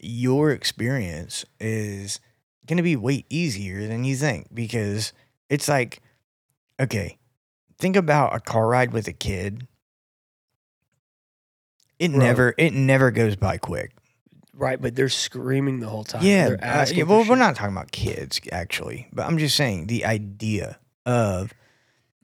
Your experience is gonna be way easier than you think because it's like, okay, think about a car ride with a kid. It Right. never it never goes by quick. Right, but they're screaming the whole time. Yeah, They're uh, asking yeah, for well, we're shit. not talking about kids actually, but I'm just saying the idea of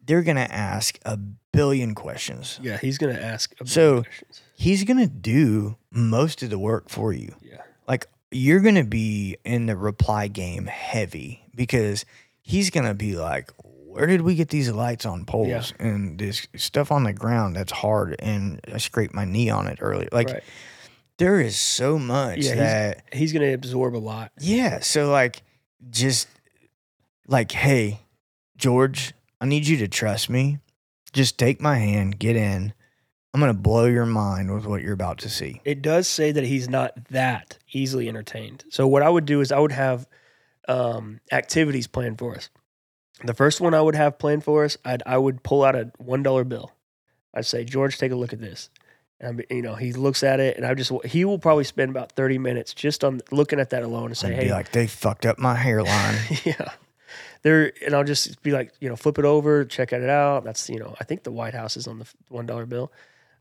they're gonna ask a billion questions. Yeah, he's gonna ask. A So- so questions. He's gonna do most of the work for you. yeah, like you're gonna be in the reply game heavy because he's gonna be like where did we get these lights on poles Yeah. and this stuff on the ground that's hard and i scraped my knee on it earlier like right. there is so much Yeah, he's- that he's gonna absorb a lot. yeah. So like just like, hey, George, I need you to trust me. Just take my hand, get in. I'm gonna blow your mind with what you're about to see. It does say that he's not that easily entertained. So what I would do is I would have um, activities planned for us. The first one I would have planned for us, I'd I would pull out a one dollar bill. I'd say, George, take a look at this. And I'd be- you know, he looks at it, and I just he will probably spend about thirty minutes just on looking at that alone and So say, I'd Hey, be like, they fucked up my hairline. yeah. There and I'll just be like, you know, flip it over, check it out. That's you know, I think the White House is on the one dollar bill.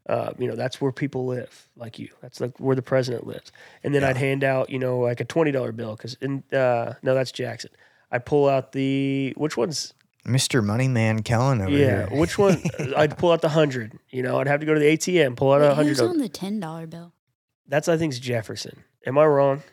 Uh, you know, that's where people live, like you. That's like where the president lives. And then I'd Yeah. hand out, you know, like a twenty dollar bill because in uh, no, that's Jackson. I pull out the which one's Mr. Money Man Kellen over yeah, here. which one? Uh, I'd pull out the hundred. You know, I'd have to go to the ATM, pull out Wait, a who's hundred. on the ten dollar bill? That's I think's Jefferson. Am I wrong?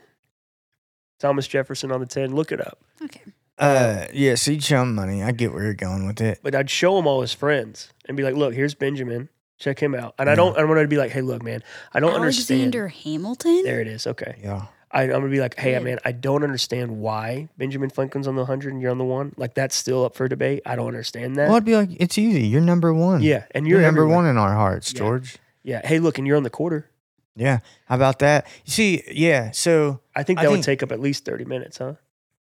Thomas Jefferson on the ten. Look it up. Okay, Uh yeah, see chum money. I get where you're going with it. but I'd show him all his friends and be like, "Look, here's Benjamin. Check him out." And I Yeah. don't. I'm gonna be like, "Hey, look, man, I don't Alexander understand." Hamilton. There it is. Okay, Yeah. I, I'm gonna be like, "Hey, Yeah. man, I don't understand why Benjamin Franklin's on the hundred and you're on the one. Like that's still up for debate. I don't understand that." Well, I'd be like, it's easy. You're number one. Yeah, and You're, you're, number everywhere. one in our hearts, Yeah. George. Yeah. Hey, look, and you're on the quarter. Yeah. How about that? You see, yeah, so I think I that would think- take up at least thirty minutes, huh?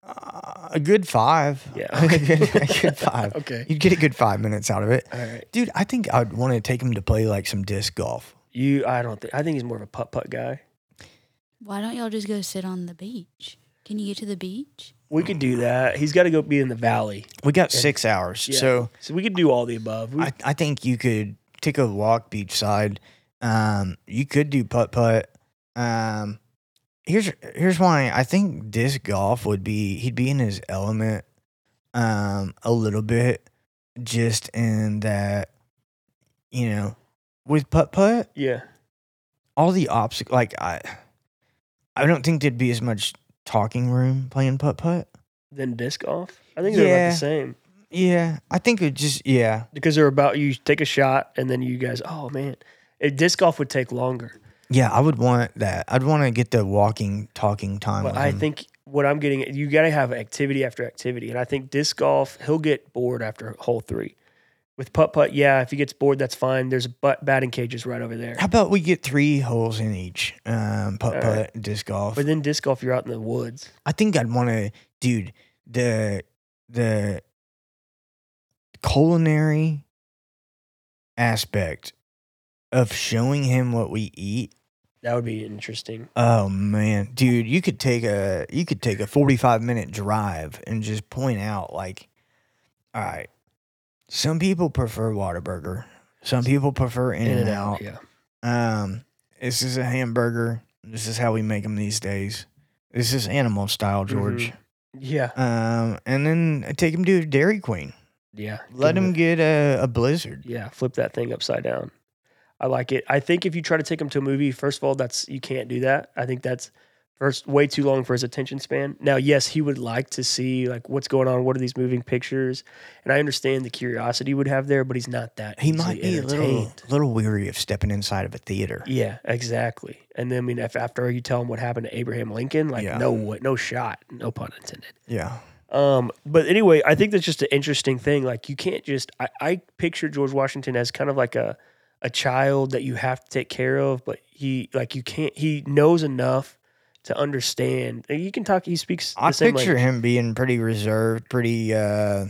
Uh, a good five. Yeah. a good, a good five. okay. You'd get a good five minutes out of it. All right. Dude, I think I'd want to take him to play like some disc golf. You. I don't think. I think he's more of a putt putt guy. Why don't y'all just go sit on the beach? Can you get to the beach? We could do that. He's got to go be in the valley, We got Yeah. six hours. Yeah. So so we could do all the above. We, I, I think you could take a walk beachside. Um, you could do putt putt. Um, here's here's why I think disc golf would be he'd be in his element um, a little bit, just in that, you know, with putt putt, Yeah. all the obstacles. Like I, I don't think there'd be as much talking room playing putt putt. Then disc off. I think they're about Yeah. the same Yeah, I think it just yeah, because they're about you take a shot and then you guys. Oh man, a disc off would take longer. yeah. I would want that. I'd want to get the walking talking time. But with I him. think what I'm getting, at, you got to have activity after activity, and I think disc golf, he'll get bored after hole three. With putt putt, yeah, if he gets bored, that's fine. There's but batting cages right over there. How about we get three holes in each um, putt putt Alright. disc golf? But then disc golf, you're out in the woods. I think I'd want to, dude. The the culinary aspect of showing him what we eat. That would be interesting. Oh man, dude, you could take a you could take a forty five minute drive and just point out like, all right, some people prefer Whataburger, some people prefer In and Out. yeah. Um, this is a hamburger. This is how we make them these days. This is animal style, Mm-hmm. George. Yeah, Um, and then take him to Dairy Queen. yeah. Let Give him it- get a, a blizzard. Yeah, flip that thing upside down. I like it. I think if you try to take him to a movie, first of all, that's you can't do that. I think that's first way too long for his attention span. Now, yes, he would like to see like what's going on, what are these moving pictures, and I understand the curiosity he would have there, but he's not that. He might easily be a little entertained. little weary of stepping inside of a theater. Yeah, exactly. And then I mean, if after you tell him what happened to Abraham Lincoln, like Yeah. no way, no shot, no pun intended. Yeah. Um, but anyway, I think that's just an interesting thing. Like you can't just I, I picture George Washington as kind of like a a child that you have to take care of, but he like you can't he knows enough to understand. And You can talk he speaks I the same picture language. him being pretty reserved, pretty uh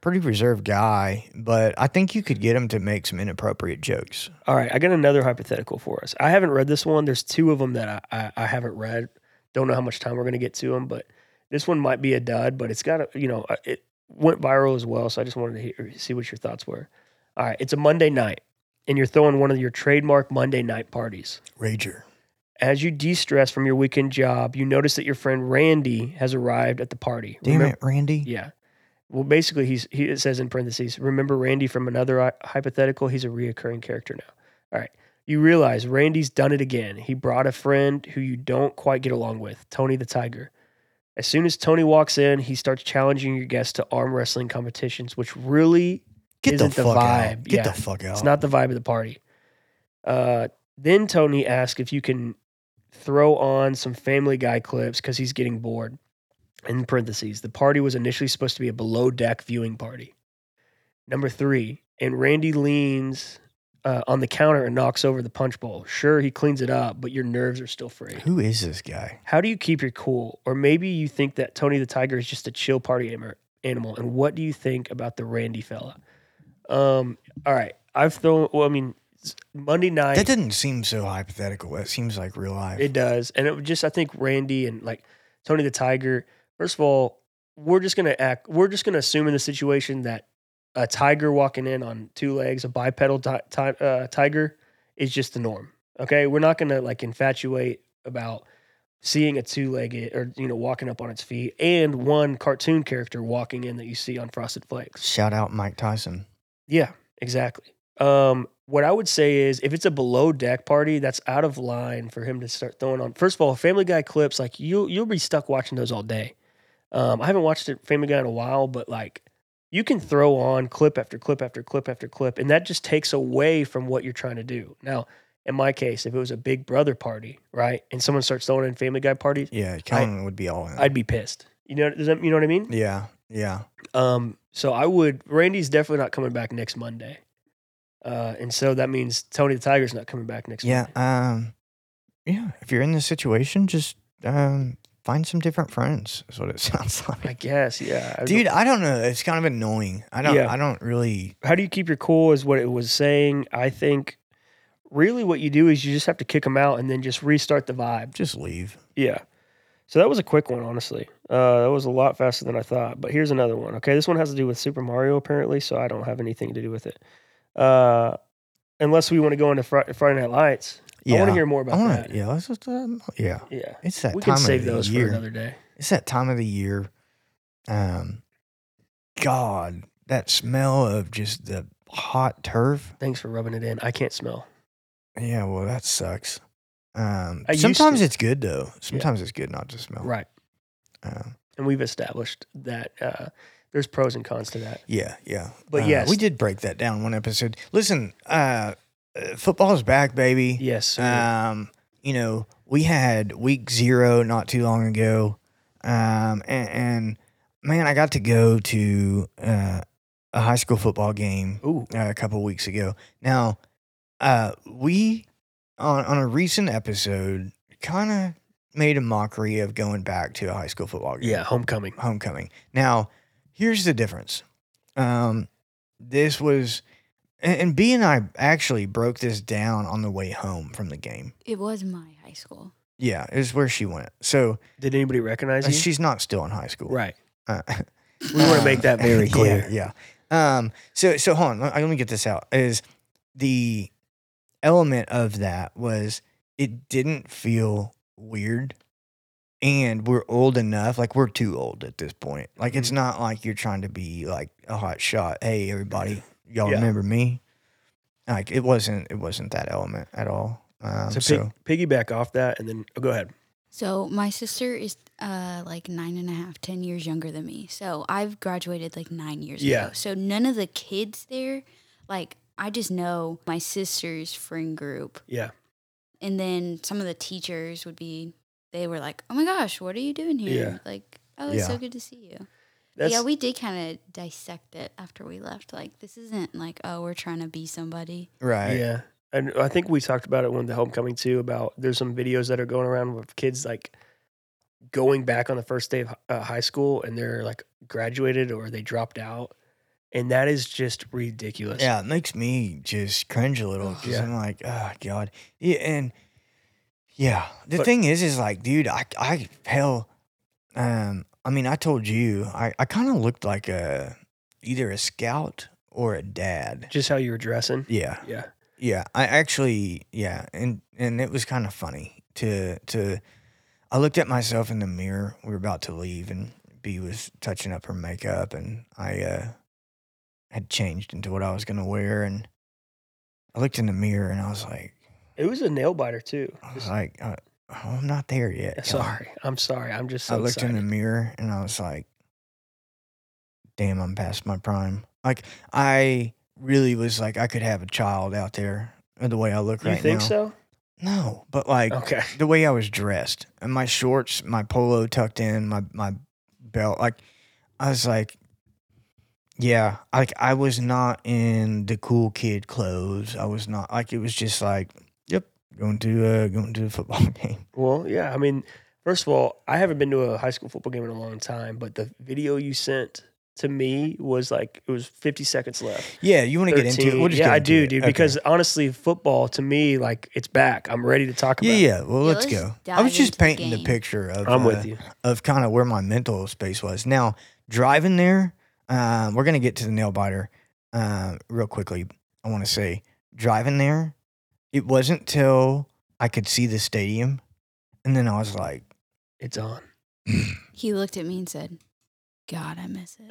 pretty reserved guy, but I think you could get him to make some inappropriate jokes. All right, I got another hypothetical for us. I haven't read this one. There's two of them that I, I, I haven't read. Don't know how much time we're going to get to them, but this one might be a dud, but it's got a, you know, uh, it went viral as well. So I just wanted to hear, see what your thoughts were. All right, it's a Monday night, and you're throwing one of your trademark Monday night parties. Rager. As you de stress from your weekend job, you notice that your friend Randy has arrived at the party. Damn Remem- it, Randy. yeah. Well, basically, he's he it says in parentheses. Remember Randy from another hy- hypothetical. He's a reoccurring character now. All right. You realize Randy's done it again. He brought a friend who you don't quite get along with, Tony the Tiger. As soon as Tony walks in, he starts challenging your guests to arm wrestling competitions, which really Get the Isn't the fuck vibe, out. Get yeah. the fuck out. it's not the vibe of the party. Uh, then Tony asks if you can throw on some Family Guy clips because he's getting bored. In parentheses, the party was initially supposed to be a below deck viewing party. Number three, and Randy leans uh, on the counter and knocks over the punch bowl. Sure, he cleans it up, but your nerves are still frayed. Who is this guy? How do you keep your cool? Or maybe you think that Tony the Tiger is just a chill party amer- animal. And what do you think about the Randy fella? Um, all right. I've thrown, well, I mean, s- Monday night, That doesn't seem so hypothetical. It seems like real life. it does. And it would just, I think Randy and like Tony the Tiger, first of all, we're just going to act, we're just going to assume in the situation that a tiger walking in on two legs, a bipedal ti- ti- uh, tiger is just the norm. Okay. We're not going to like infatuate about seeing a two-legged or you know walking up on its feet and one cartoon character walking in that you see on frosted flakes Shout out Mike Tyson. yeah exactly um what i would say is if it's a below deck party that's out of line for him to start throwing on first of all family guy clips like you you'll be stuck watching those all day um i haven't watched it family guy in a while but like you can throw on clip after clip after clip after clip and that just takes away from what you're trying to do now in my case if it was a big brother party right and someone starts throwing in family guy parties Yeah, Kellen would be all in. I'd be pissed. You know, does that, you know what I mean? yeah, yeah. Um, so I would. Randy's definitely not coming back next Monday, uh, and so that means Tony the Tiger's not coming back next. Yeah. Monday. Um, yeah. If you're in this situation, just um, find some different friends. Is what it sounds I like. guess. Yeah, I Dude, don't- I don't know. It's kind of annoying. I don't. Yeah. I don't really. how do you keep your cool? Is what it was saying. I think really what you do is you just have to kick them out and then just restart the vibe. Just leave. Yeah. So that was a quick one, honestly. Uh, that was a lot faster than I thought. But here's another one. Okay, this one has to do with Super Mario, apparently. So I don't have anything to do with it, uh, unless we want to go into Fri Friday Night Lights. I want to hear more about I wanna- that. Yeah. Let's just. Um, yeah. Yeah. It's that We time can save of the those year. for another day. It's that time of the year. Um, God, that smell of just the hot turf. Thanks for rubbing it in. I can't smell. Yeah, well, that sucks. Um, I used sometimes to- it's good though. Sometimes it's good not to smell. Right. Uh, And we've established that uh, there's pros and cons to that. yeah, yeah. But Uh, yes. we did break that down one episode. Listen, uh, uh, football's back, baby. Yes. sir. Um, you know, we had week zero not too long ago. Um, and, and man, I got to go to uh, a high school football game Ooh. uh, a couple weeks ago. Now, uh, we on on a recent episode kind of made a mockery of going back to a high school football game Yeah. Homecoming. homecoming. Now, here's the difference. Um, this was, and, and B and I actually broke this down on the way home from the game. It was my high school. Yeah, it was where she went. So Did anybody recognize and you? she's not still in high school. right. Uh, We want to make that Ah, very yeah, clear. Yeah. Um, so, so hold on. Let, let me get this out. Is the element of that was it didn't feel weird. And we're old enough, like we're too old at this point. Like it's Mhm. not like you're trying to be like a hot shot. Hey, everybody, y'all Yeah. remember me? Like it wasn't, it wasn't that element at all. Um, So, so, pig, piggyback off that, and then oh, go ahead. So my sister is uh, like nine and a half, ten years younger than me. So I've graduated like nine years Yeah. ago. So none of the kids there, like I just know my sister's friend group, Yeah. and then some of the teachers would be. They were like, "Oh my gosh, what are you doing here? Like, oh, it's Yeah. so good to see you." That's yeah, we did kind of dissect it after we left. Like, this isn't like, oh, we're trying to be somebody. right. yeah. And I think we talked about it when the homecoming too. About there's some videos that are going around with kids like going back on the first day of hi- uh, high school, and they're like graduated or they dropped out, and that is just ridiculous. Yeah, it makes me just cringe a little because Yeah. I'm like, oh god, yeah, and yeah. The But- thing is, is like, dude, I, I, hell, um, I mean, I told you, I, I kind of looked like a either a scout or a dad. Just how you were dressing. Yeah, Yeah. yeah. I actually, yeah, and and it was kind of funny to to. I looked at myself in the mirror. We were about to leave, and B was touching up her makeup, and I uh, had changed into what I was gonna wear, and I looked in the mirror, and I was like, It was a nail biter too. I was Just- like, uh, oh, I'm not there yet. y'all. sorry. I'm sorry. I'm just so I looked excited. in the mirror, and I was like, damn, I'm past my prime. Like I really was like, I could have a child out there. The way I look you right think now, so? no, but like Okay. the way I was dressed and my shorts, my polo tucked in, my my belt, like I was like, yeah, like I was not in the cool kid clothes. I was not like it was just like, yep, going to uh, going to the football game. Well, yeah. I mean, first of all, I haven't been to a high school football game in a long time, but the video you sent to me was like it was 50 seconds left. Yeah, you want to get 13. into it? We'll just yeah, get I into do, it. dude. Okay. Because honestly, football to me, like it's back. I'm ready to talk about. yeah, it. yeah. Well, Yeah, let's, let's go. I dive was into just the painting the, game. picture of I'm uh, with you. of kind of where my mental space was. Now, driving there, um, we're going to get to the nail biter um, real quickly. I want to say, driving there, it wasn't till I could see the stadium. And then I was like, It's on. He looked at me and said, God, I miss it.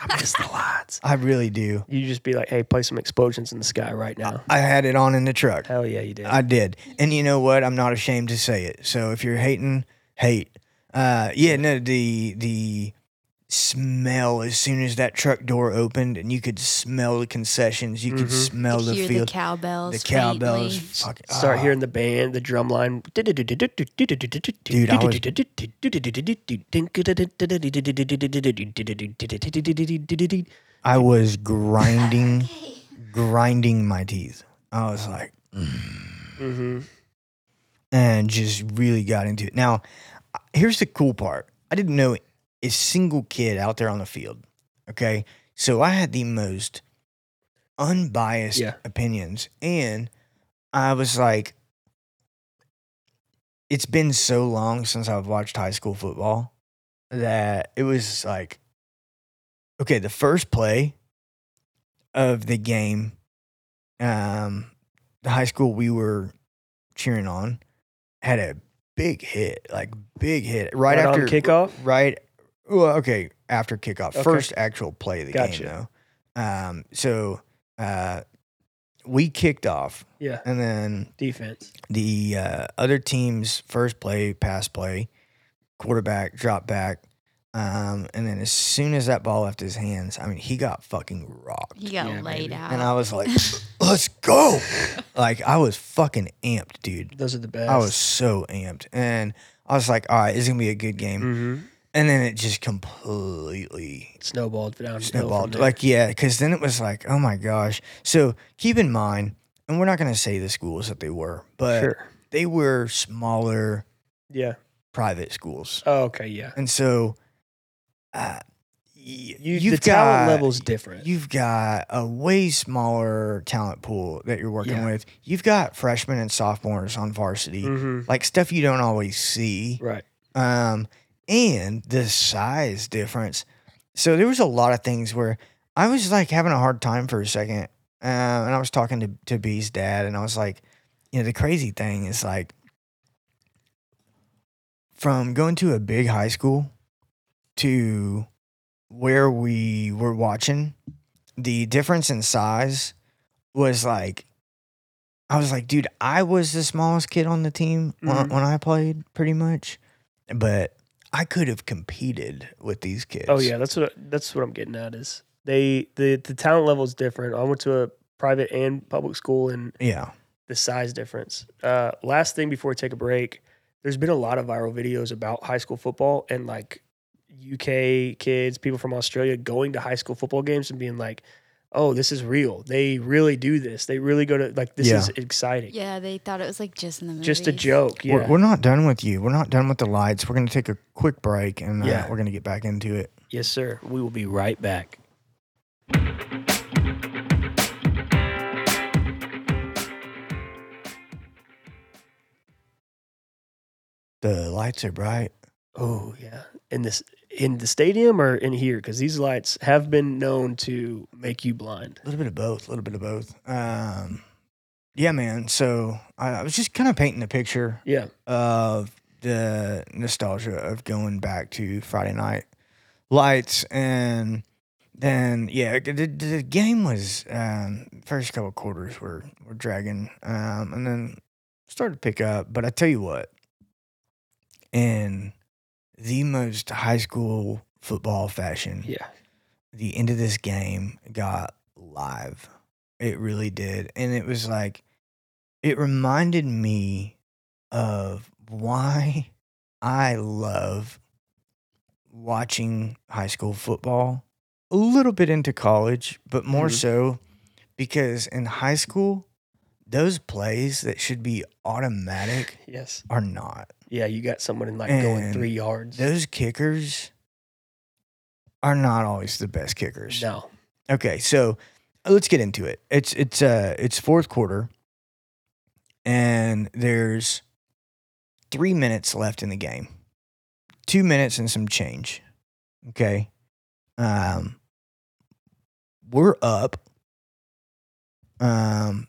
I miss the lights. I really do. You just be like, hey, play some explosions in the sky right now. I had it on in the truck. Hell yeah, you did. I did. And you know what? I'm not ashamed to say it. So if you're hating, hate. Uh, yeah, no, the the smell as soon as that truck door opened and you could smell the concessions, you could Mhm. smell Could the hear field. the cowbells. the cowbells faintly. fucking, Start ah. hearing the band, the drum line. Mm-hmm. Dude, I was- I was grinding, grinding my teeth. I was like, Mm-hmm. and just really got into it. Now, here's the cool part. I didn't know a single kid out there on the field. Okay. So I had the most unbiased Yeah. opinions. And I was like, it's been so long since I've watched high school football that it was like, okay, the first play of the game, um, the high school we were cheering on had a big hit, like big hit right, Right on after kickoff? right Well, okay, after kickoff, Okay. first actual play of the game Gotcha. though. Um, so uh, we kicked off, Yeah. and then Defense. the uh, other team's first play, pass play, quarterback drop back, um, and then as soon as that ball left his hands, I mean, he got fucking rocked. You got Yeah, laid baby. out. And I was like, let's go. Like, I was fucking amped, dude. Those are the best. I was so amped. And I was like, all right, it's going to be a good game. hmm And then it just completely Snowballed down. snowballed. Like, yeah, because then it was like, oh my gosh. So keep in mind, and we're not going to say the schools that they were, but sure. they were smaller Yeah. private schools. Oh, okay. Yeah. And so uh, y- You, you've the talent got- level's different. You've got a way smaller talent pool that you're working Yeah. with. You've got freshmen and sophomores on varsity, Mhm. like stuff you don't always see. Right. Um, and the size difference. So there was a lot of things where I was like having a hard time for a second. Um, and I was talking to, to B's dad, and I was like, you know, the crazy thing is like from going to a big high school to where we were watching, the difference in size was like, I was like, dude, I was the smallest kid on the team when, Mhm. when I played, pretty much, but I could have competed with these kids. Oh yeah, that's what that's what I'm getting at is they the the talent level is different. I went to a private and public school, and Yeah. the size difference. Uh, last thing before we take a break, there's been a lot of viral videos about high school football and like UK kids, people from Australia going to high school football games and being like, "Oh, this is real. They really do this. They really go to like this Yeah. is exciting. yeah, they thought it was like just in the movie. Just a joke. Yeah, We're, we're not done with you. We're not done with the lights. We're going to take a quick break and uh, Yeah. we're going to get back into it. yes, sir. We will be right back. The lights are bright. Oh yeah, in this in the stadium or in here because these lights have been known to make you blind. A little bit of both. A little bit of both. Um, yeah, man. So I, I was just kind of painting the picture Yeah, of the nostalgia of going back to Friday night lights and then yeah the, the- the game was um, first couple quarters were were dragging um, and then started to pick up but I tell you what in the most high school football fashion yeah, the end of this game got live. It really did. And it was like, it reminded me of why I love watching high school football, a little bit into college, but more Mhm. so because in high school, those plays that should be automatic yes, are not yeah. You got someone in like going And three yards. those kickers are not always the best kickers. No, Okay, so uh, let's get into it. It's it's uh it's fourth quarter and there's 3 minutes left in the game. 2 minutes and some change. Okay. Um we're up. Um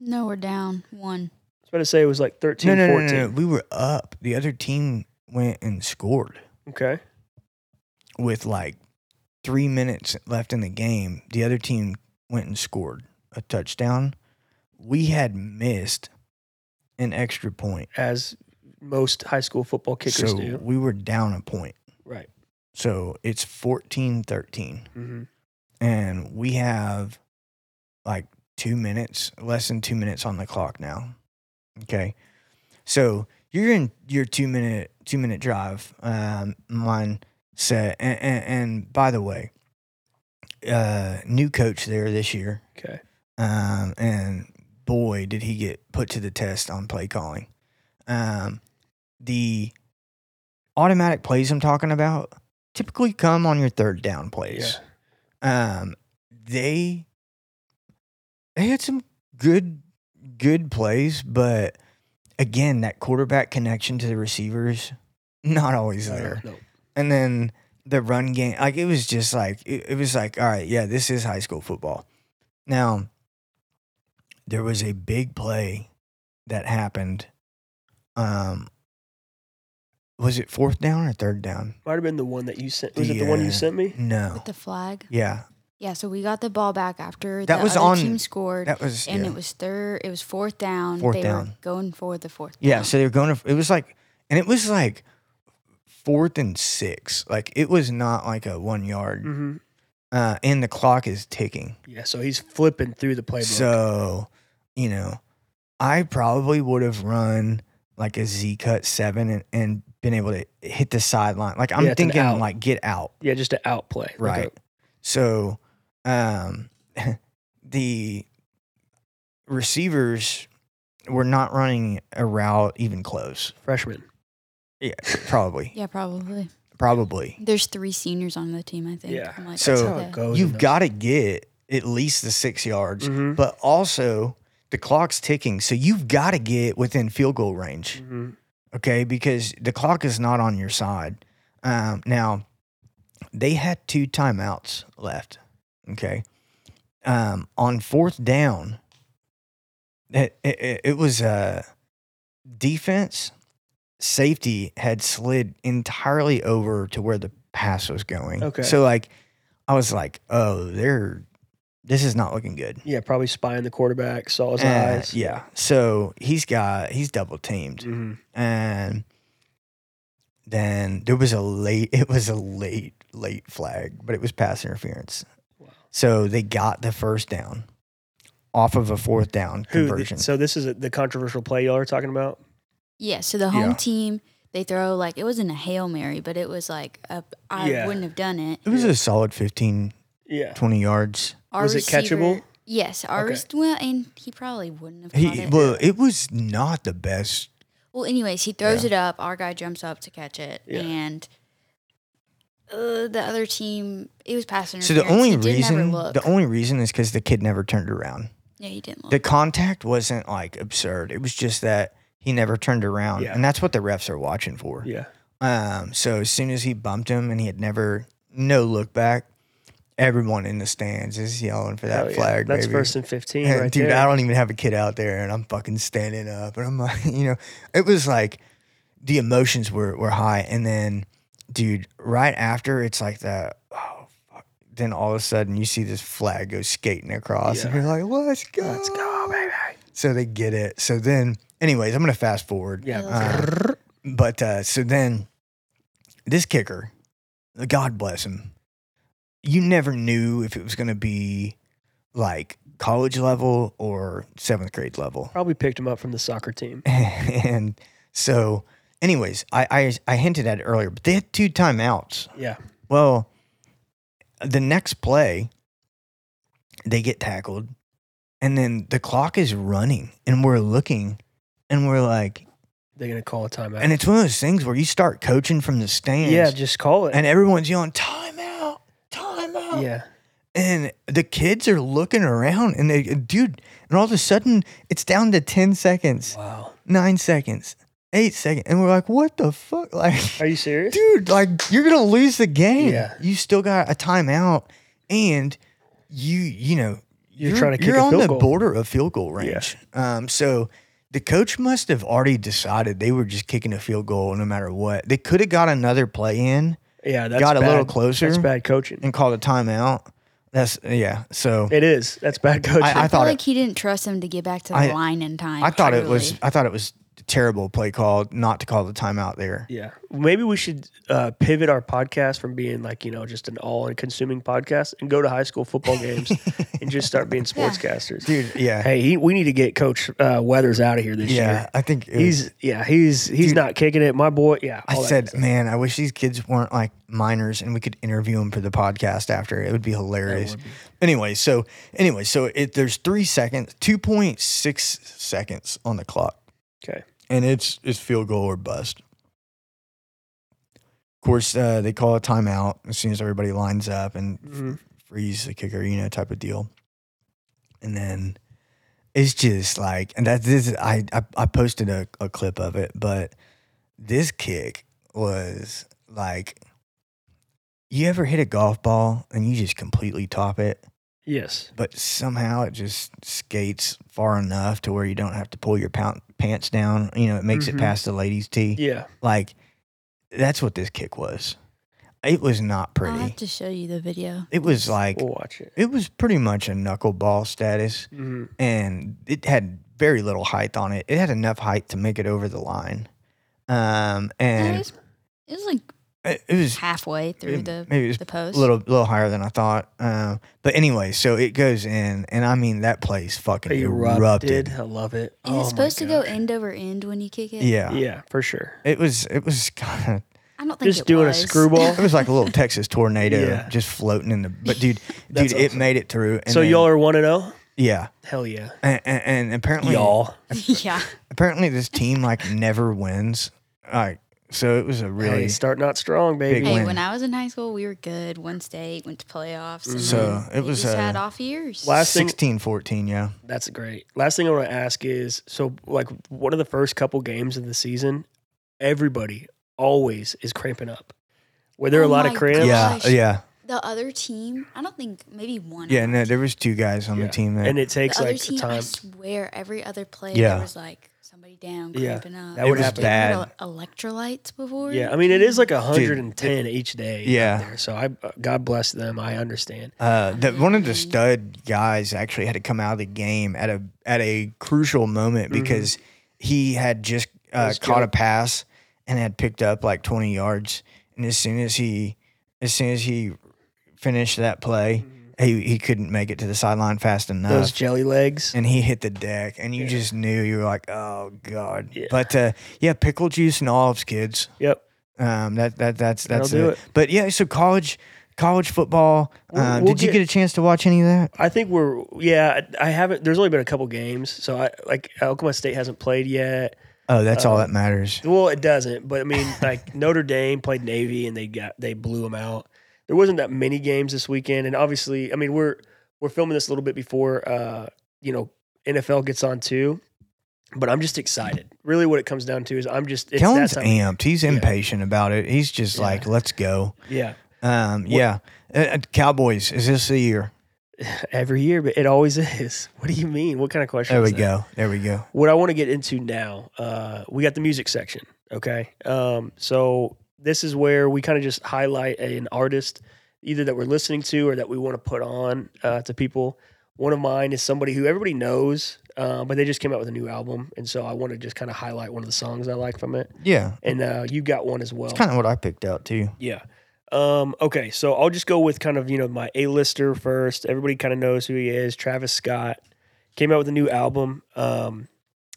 No, we're down one. I was about to say it was like 13, no, no, no, 14. no, no, we were up. The other team went and scored. Okay. with like three minutes left in the game, the other team went and scored a touchdown. We had missed an extra point. As most high school football kickers so do. we were down a point. Right. So it's 14 13. hmm And we have like two minutes, less than two minutes on the clock now. Okay. So you're in your two minute, two minute drive, um, mine set. And, and, and by the way, uh, new coach there this year. Okay. Um, and boy, did he get put to the test on play calling. Um, the automatic plays I'm talking about typically come on your third down plays Yeah. um, they they had some good good plays, but again, that quarterback connection to the receivers not always No, there. no. And then the run game, like it was just like it, it was like all right, yeah, this is high school football. Now there was a big play that happened. Um, was it fourth down or third down? Might have been the one that you sent. Was it the one you Yeah. sent me? No. with the flag. Yeah, Yeah, so we got the ball back after That the was other on- team scored, that was. and yeah. it was third. It was fourth down. Fourth they were down. going for the fourth. Yeah, down. so they were going to. It was like, and it was like fourth and six. Like it was not like a one yard. Mm. Mm-hmm. Uh, and the clock is ticking. Yeah. So he's flipping through the playbook. So, you know, I probably would have run like a Z cut seven and, and been able to hit the sideline. Like I'm Yeah, it's an thinking, out. like get out, yeah, just to outplay. Like right? a- So, um, the receivers were not running a route even close. freshman. Yeah, probably, yeah, probably. probably. There's three seniors on the team. I think. Yeah. I'm like, So- That's that's how okay. it goes. You've got Mm-hmm. to get at least the six yards, hmm but also the clock's ticking. So you've got to get within field goal range, Mm-hmm. okay? Because the clock is not on your side. Um, now, they had two timeouts left, okay? Um, on fourth down, it, it, it was uh, defense, safety had slid entirely over to where the pass was going. Okay. So, like, I was like, oh, they're this is not looking good. Yeah, probably spying the quarterback. Saw his Uh, eyes. Yeah. So he's got he's double teamed. hmm And then there was a late it was a late, late flag, but it was pass interference. Wow. So they got the first down off of a fourth down Who? th- conversion. so this is a, the controversial play y'all are talking about. Yeah, so the home Yeah. team they throw like it wasn't a hail mary, but it was like a, I Yeah. wouldn't have done it. it was a solid 15, Yeah. 20 yards. Our Was it catchable? Yes, our Okay. rec- well, and he probably wouldn't have. caught He it. well, it was not the best. Well, anyways, he throws Yeah. it up. Our guy jumps up to catch it, Yeah. and uh, the other team it was passing. So the only reason look. the only reason is because the kid never turned around. yeah, he didn't look. the contact wasn't like absurd. It was just that he never turned around, Yeah. and that's what the refs are watching for. Yeah. Um, so as soon as he bumped him and he had never no look back, everyone in the stands is yelling for that Hell yeah. flag. That's baby. first and fifteen, And right dude, there. I don't even have a kid out there, and I'm fucking standing up, and I'm like, you know, it was like the emotions were were high, and then, dude, right after it's like that. Oh, fuck. Then all of a sudden you see this flag go skating across, and Yeah. you're like, "Let's go, Let's go, baby. so they get it. So then, anyways, I'm gonna fast forward. Yeah. Yeah. brrr. But uh, so then, this kicker, God bless him, you never knew if it was gonna be like college level or seventh grade level. Probably picked him up from the soccer team. and so, anyways, I, I I hinted at it earlier, but they had two timeouts. Yeah. Well, the next play, they get tackled, and then the clock is running, and we're looking, and we're like, They're gonna call a timeout. and it's one of those things where you start coaching from the stands, yeah, just call it. and everyone's yelling, timeout, timeout, yeah. and the kids are looking around, and they, dude, and all of a sudden, it's down to 10 seconds, Wow. nine seconds, eight seconds, and we're like, what the fuck? Like, Are you serious? dude, like you're gonna lose the game. Yeah. You still got a timeout, and you you know You're trying to kick you're a on field the goal. border of field goal range. Um, so the coach must have already decided they were just kicking a field goal no matter what. They could have got another play in, Yeah, that's got a bad. little closer, That's bad coaching. and called a timeout. That's yeah. So It is. That's bad coaching. I- I, I feel thought it- like he didn't trust him to get back to the I- line in time. I thought it was truly. I thought it was a terrible play call not to call the timeout there. yeah. Maybe we should uh, pivot our podcast from being like, you know, just an all consuming podcast and go to high school football games and just start being sportscasters. Dude, yeah, Hey, he, we need to get Coach uh, Weathers out of here this yeah. year. I think it was- He's yeah, he's he's Dude. not kicking it. My boy, yeah. I all that said, stuff. man, I wish these kids weren't like minors and we could interview them for the podcast after. It would be That hilarious. would be- Anyway, so anyway, so it, there's three seconds, two point six seconds on the clock, okay. and it's it's field goal or bust. Of course, uh, they call a timeout as soon as everybody lines up and Mhm. freeze the kicker, you know, type of deal. And then it's just like, and that this I I, I posted a, a clip of it, but this kick was like, you ever hit a golf ball and you just completely top it, Yes. but somehow it just skates far enough to where you don't have to pull your pound, pants down. You know, it makes Mhm. it past the ladies' tee. Yeah. Like That's what this kick was. It was not I'll have pretty. to show you the video. It was like We'll watch it. it was pretty much a knuckleball status, Mhm. and it had very little height on it. It had enough height to make it over the line, um, It and was, it was like it it was halfway through it- the maybe it was the post. a little little higher than I thought. Um, but anyway, so it goes in, and I mean that place fucking Erupted. erupted. I love it. And Oh my it's supposed to go God. end over end when you kick it. Yeah. Yeah, for sure. it was it was kind of I don't think Just it doing was. a screwball. it was like a little Texas tornado Yeah. just floating in the. But dude, dude, That's it awesome. made it through. And so then- y'all are one and zero. yeah, Hell yeah, and, and, and apparently y'all. yeah. apparently this team like never wins. Like so, it was a really Hey, start not strong, Big baby. Hey, win. when I was in high school, we were good. One state went to playoffs. And So, then it was, we just uh, had off years. Last- thing- 16 14 yeah That's great. Last thing I want to ask is so, like, one of the first couple games of the season, everybody always is cramping up. Were there a Oh lot of my cramps? yeah Gosh. yeah The other team, I don't think maybe one. of yeah them. no there was two guys on Yeah. the team that And it takes the other like team, I time. swear, every other play Yeah. there was like somebody down, Yeah. cramping up. That would was happen. They had bad. el- electrolytes before. Yeah, you I mean it came. is like 110 each day. out Yeah. there, so I God bless them. I understand. Uh, the, one of the Mhm. stud guys actually had to come out of the game at a at a crucial moment Mhm. because he had just uh, That's caught a good. pass and had picked up like twenty yards, and as soon as he as soon as he finished that play, Mm-hmm. he he couldn't make it to the sideline fast enough. Those jelly legs. and he hit the deck, and you Yeah. just knew you were like, "Oh God!" Yeah. But uh, yeah, pickle juice and olives, kids. Yep. Um, that that that's That'll that's do it. But yeah, so college college football. We'll- um, we'll did you get- get a chance to watch any of that? I think we're yeah. I I haven't. There's only been a couple games, so I like Oklahoma State hasn't played yet. Oh, that's all Uh, that matters. Well, it doesn't, but I mean, like Notre Dame played Navy and they got they blew them out. There wasn't that many games this weekend, and obviously, I mean, we're we're filming this a little bit before uh, you know NFL gets on too. But I'm just excited. Really, what it comes down to is I'm just it's Kellen's that's how, amped. He's Yeah. impatient about it. He's just Yeah. like, "Let's go." yeah. Um, yeah, Uh, uh, Cowboys. Is this the year? Every year, but it always is. What do you mean? What kind of question? There is we that? go. There we go. What I want to get into now, uh, we got the music section. Okay, um, so this is where we kind of just highlight an artist, either that we're listening to or that we want to put on uh, to people. One of mine is somebody who everybody knows, uh, but they just came out with a new album, and so I want to just kind of highlight one of the songs I like from it. Yeah, And uh, you got one as well. it's kind of what I picked out too. Yeah. Um, okay, so I'll just go with kind of, you know, my A-lister first. Everybody kind of knows who he is. Travis Scott came out with a new album, um,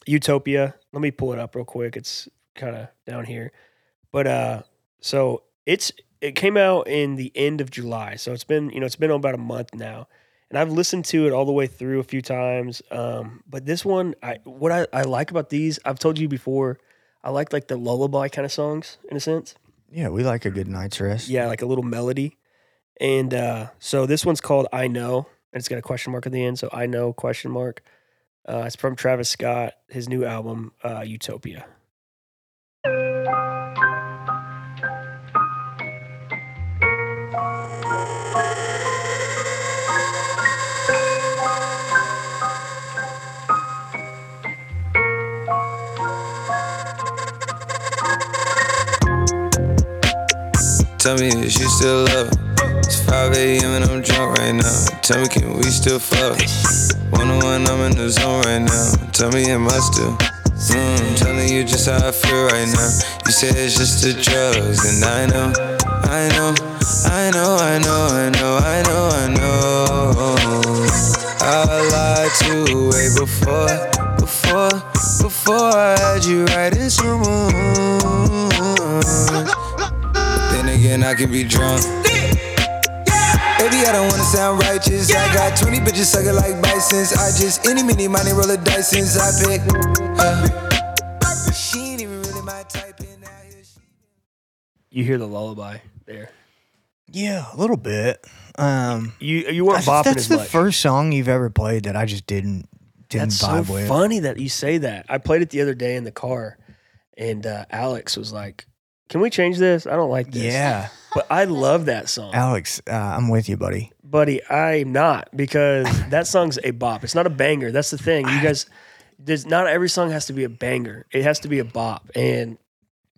Utopia. Let me pull it up real quick. It's kind of down here. But uh so it's it came out in the end of July. So it's been, you know, it's been about a month now. And I've listened to it all the way through a few times. Um, but this one, I what I, I like about these, I've told you before, I like like the lullaby kind of songs in a sense. Yeah, we like a good night's rest. Yeah, like a little melody. And uh, so this one's called I Know, and it's got a question mark at the end. So I Know question mark. Uh, it's from Travis Scott, his new album, uh, Utopia. Tell me, is you still up? It's 5 a.m. and I'm drunk right now. Tell me, can we still fuck? One on one, I'm in the zone right now. Tell me, am I still? Mm, telling you just how I feel right now. You said it's just the drugs, and I know, I know, I know, I know, I know, I know, I know. I lied to you way before, before, before I had you right in someone. Then again, I can be drunk. Baby, I don't wanna sound righteous. I got 20 bitches sucking like bisons. I just any mini money roll of Dysons. I pick. uh, she ain't even really my type. And out here she- You hear the lullaby there. yeah, a little bit. Um, You you weren't that's, bopping that's as the much. first song you've ever played that I just didn't didn't That's so vibe with. funny that you say that. I played it the other day in the car, and uh, Alex was like, "Can we change this? I don't like this." Yeah, but I love that song, Alex, uh, I'm with you, buddy. buddy. I'm not because that song's a bop. It's not a banger. That's the thing. You guys, there's not every song has to be a banger. It has to be a bop, and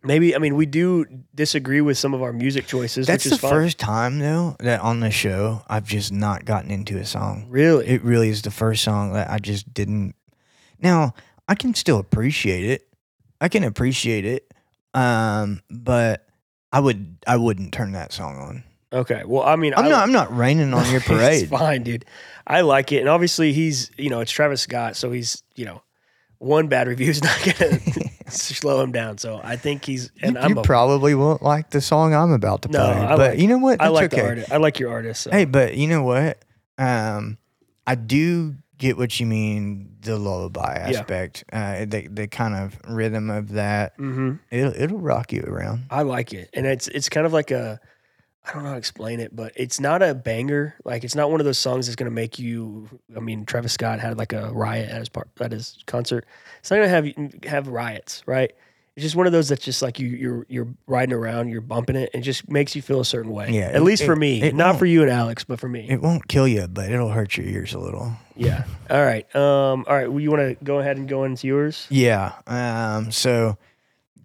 Maybe I mean we do disagree with some of our music choices, That's which the is fine. first time though that on the show I've just not gotten into a song. Really, It really is the first song that I just didn't. Now I can still appreciate it. I can appreciate it, um, but I would I wouldn't turn that song on. okay. Well, I mean, I'm I, not I'm not raining on your parade. it's fine, dude. I like it, and obviously he's you know it's Travis Scott, so he's you know one bad review is not gonna slow him down. So I think he's and you, I'm you a- probably won't like the song I'm about to No, play, I but like- you know what? I That's like the okay. artist. I like your artist. So. Hey, but you know what? Um, I do get what you mean the lullaby Yeah. aspect, uh, the the kind of rhythm of that. hmm It'll it'll rock you around. I like it, and it's it's kind of like a I don't know how to explain it, but it's not a banger. Like it's not one of those songs that's gonna make you. I mean, Travis Scott had like a riot at his part at his concert. It's not gonna have you have riots, right? It's just one of those that's just like you you're you're riding around, you're bumping it, and it just makes you feel a certain way. Yeah, at it- least for it- me, it not won't. for you and Alex, but for me. It won't kill you, but it'll hurt your ears a little. yeah. All right. Um. All right. Well, you want to go ahead and go into yours? Yeah. Um. So,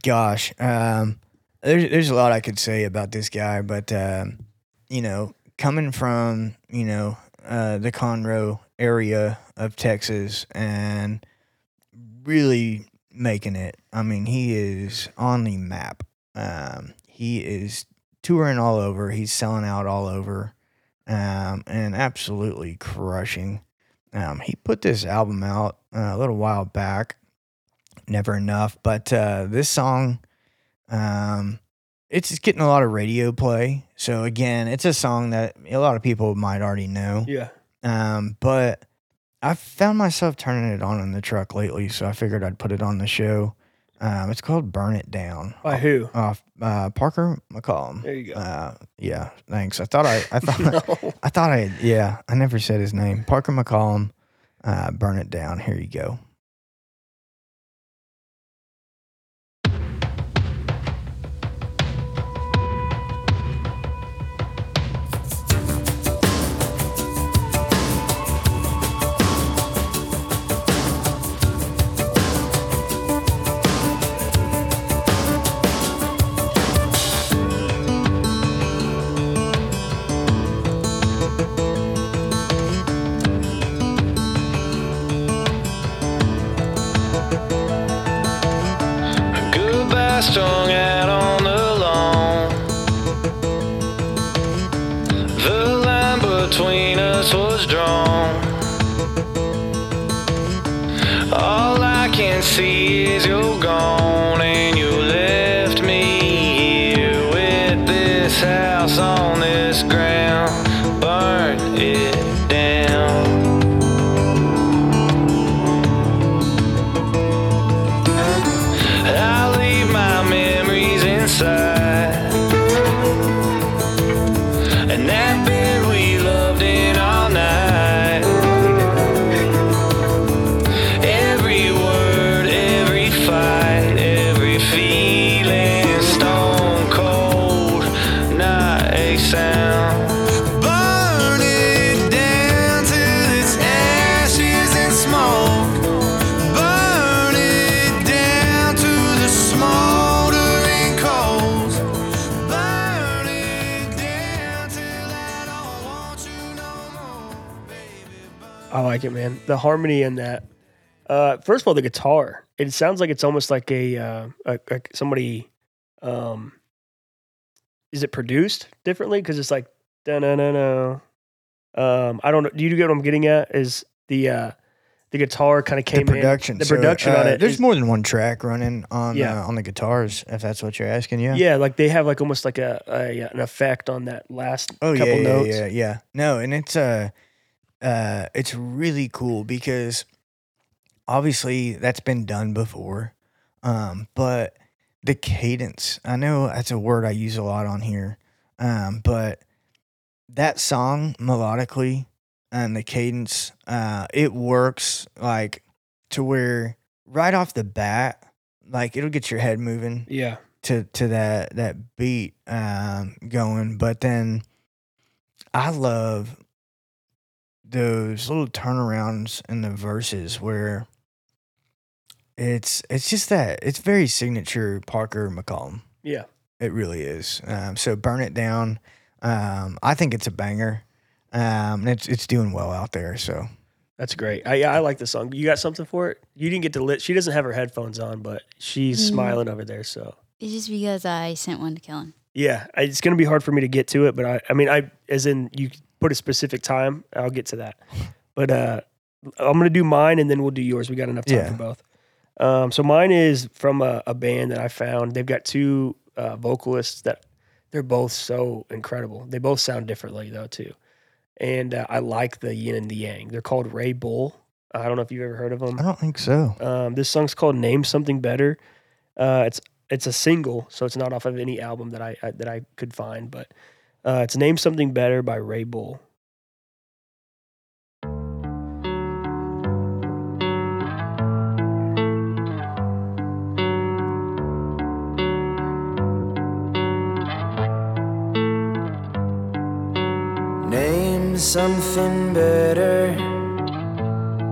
gosh. Um. There's there's a lot I could say about this guy, but um, you know, coming from you know uh, the Conroe area of Texas and really making it. I mean, he is on the map. Um. He is touring all over. He's selling out all over. Um. And absolutely crushing. Um, he put this album out uh, a little while back, Never Enough, but uh, this song, um, it's just getting a lot of radio play. So again, it's a song that a lot of people might already know. Yeah. Um, but I found myself turning it on in the truck lately, so I figured I'd put it on the show. Um, it's called "Burn It Down" By who? off uh, Parker McCollum. There you go. Uh, yeah, thanks. I thought I, I thought No. I thought I yeah, I never said his name. Parker McCollum, uh, burn it down. Here you go. Goodbye, strung out on the lawn. The line between us was drawn. All I can see is you're gone, and you left me here with this house on this ground. Burn it down. I leave my memories inside. And that bed we loved in all night. Every word, every fight, every feeling, stone cold, not a sound. Burn it down till it's ashes and smoke. Burn it down to the smoldering coals. Burn it down till I don't want you no more. I like it, man. The harmony in that. Uh, first of all, the guitar. It sounds like it's almost like a, uh, a, a somebody. Um, is it produced differently? Because it's like no no no Um, I don't know. Do you get what I'm getting at? Is the uh, the guitar kind of came the production. in the so, production on uh, it? There's is- more than one track running on Yeah. uh, on the guitars, if that's what you're asking. Yeah. Yeah, like they have like almost like a, a an effect on that last Oh yeah, couple yeah, notes. yeah, yeah. No, and it's uh, uh, it's really cool because obviously that's been done before, um, but the cadence. I know that's a word I use a lot on here, um, but that song melodically and the cadence, uh, it works like to where right off the bat, like it'll get your head moving yeah. to to that that beat um going but then i love those little turnarounds in the verses where It's it's just that it's very signature Parker McCollum. Yeah. It really is. Um, so burn it down. Um, I think it's a banger. Um, and it's it's doing well out there. So That's great. I, yeah, I like the song. You got something for it? You didn't get to lit. She doesn't have her headphones on, but she's Mm. smiling over there. So It's just because I sent one to Kellen. yeah, I- it's going to be hard for me to get to it, but I, I mean, I, as in you put a specific time, I'll get to that. But uh, I'm going to do mine and then we'll do yours. We got enough time Yeah. for both. Um, so mine is from a, a band that I found. They've got two uh, vocalists that they're both so incredible. They both sound differently though too, and uh, I like the yin and the yang. They're called Ray Bull. I don't know if you've ever heard of them. I don't think so. Um, this song's called "Name Something Better." Uh, it's it's a single, so it's not off of any album that I, I that I could find, but uh, it's "Name Something Better" by Ray Bull. Name something better,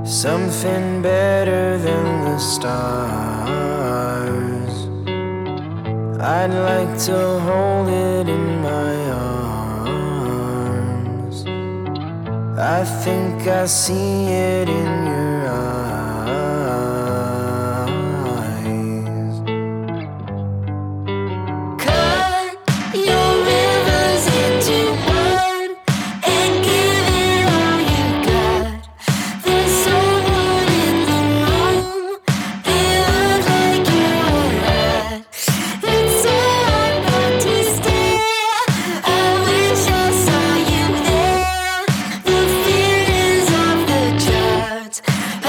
something better than the stars. I'd like to hold it in my arms. I think I see it in your eyes. Cut your rivers into one and give it all you got. There's someone in the room. It looks like you're alright. It's so hard not to stare. I wish I saw you there. The feelings off the charts.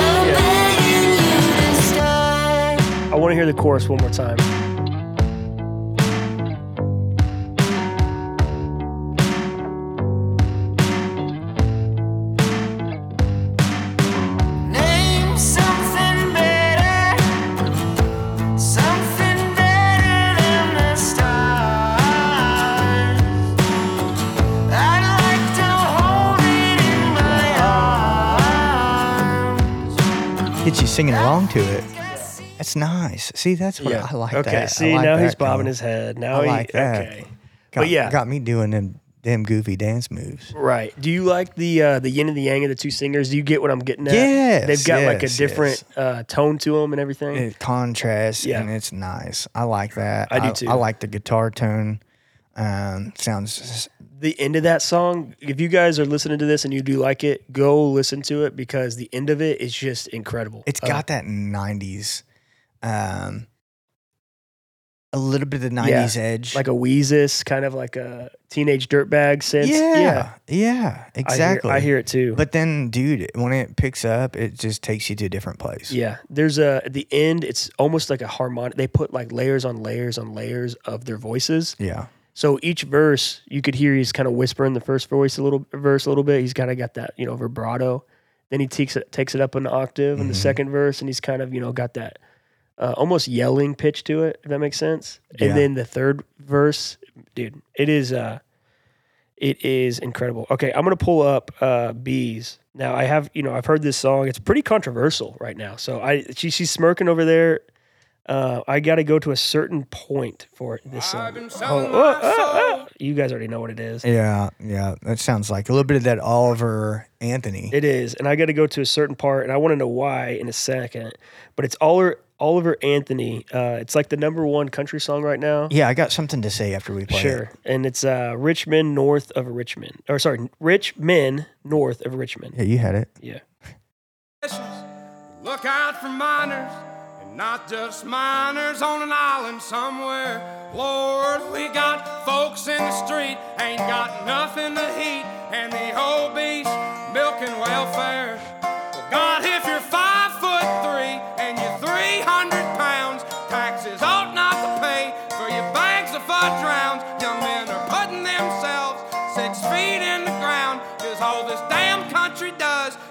I'm begging you to start. I want to hear the chorus one more time. Name something better, something better than the stars. I'd like to hold it in my arms. Get you singing along to it. That's nice. See, that's what Yeah, I like. okay. that. I See, like now that, he's bobbing Colin. his head. Now I he like that. Oh, okay. Got, but yeah. got me doing them them goofy dance moves. Right. Do you like the uh, the yin and the yang of the two singers? Do you get what I'm getting at? Yes, They've got like a yes, different uh, tone to them and everything. It contrasts Mm-hmm. Yeah. and it's nice. I like that. I do too. I like the guitar tone. Um, sounds the end of that song, if you guys are listening to this and you do like it, go listen to it because the end of it is just incredible. It's Uh, got that '90s, um, a little bit of the Yeah, '90s edge. like a Wheezus, kind of like a teenage dirtbag sense. yeah, yeah yeah, exactly. I hear, I hear it too. But then, dude, when it picks up, it just takes you to a different place. yeah, there's a at the end. It's almost like a harmonic. They put like layers on layers on layers of their voices. yeah, So each verse, you could hear he's kind of whispering the first voice a little verse a little bit. He's kind of got that you know vibrato. Then he takes it takes it up an octave in the Mhm. second verse, and he's kind of you know got that uh, almost yelling pitch to it. If that makes sense. Yeah. And then the third verse, dude, it is uh, it is incredible. Okay, I'm gonna pull up uh, bees. Now I have you know I've heard this song. It's pretty controversial right now. So I she, she's smirking over there. Uh, I got to go to a certain point for this song. Hold on. Oh, oh, oh. You guys already know what it is. yeah, yeah. That sounds like a little bit of that Oliver Anthony. It is, and I got to go to a certain part, and I want to know why in a second. But it's Oliver, Oliver Anthony. Uh, it's like the number one country song right now. yeah, I got something to say after we play. it. Sure, and it's uh, "Rich Men North of Richmond," or sorry, "Rich Men North of Richmond." Yeah, you had it. Yeah, Look out for miners, and not just miners on an island somewhere. Lord, we got folks in the street, ain't got nothing to eat, and the obese milking welfare. Well, God, if you're five foot three and you're 300 pounds, taxes ought not to pay for your bags of fudge rounds. Young men are putting themselves six feet in the ground, cause all this damn country does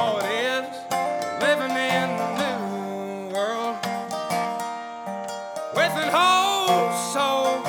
Oh, it is. Live world with an whole soul.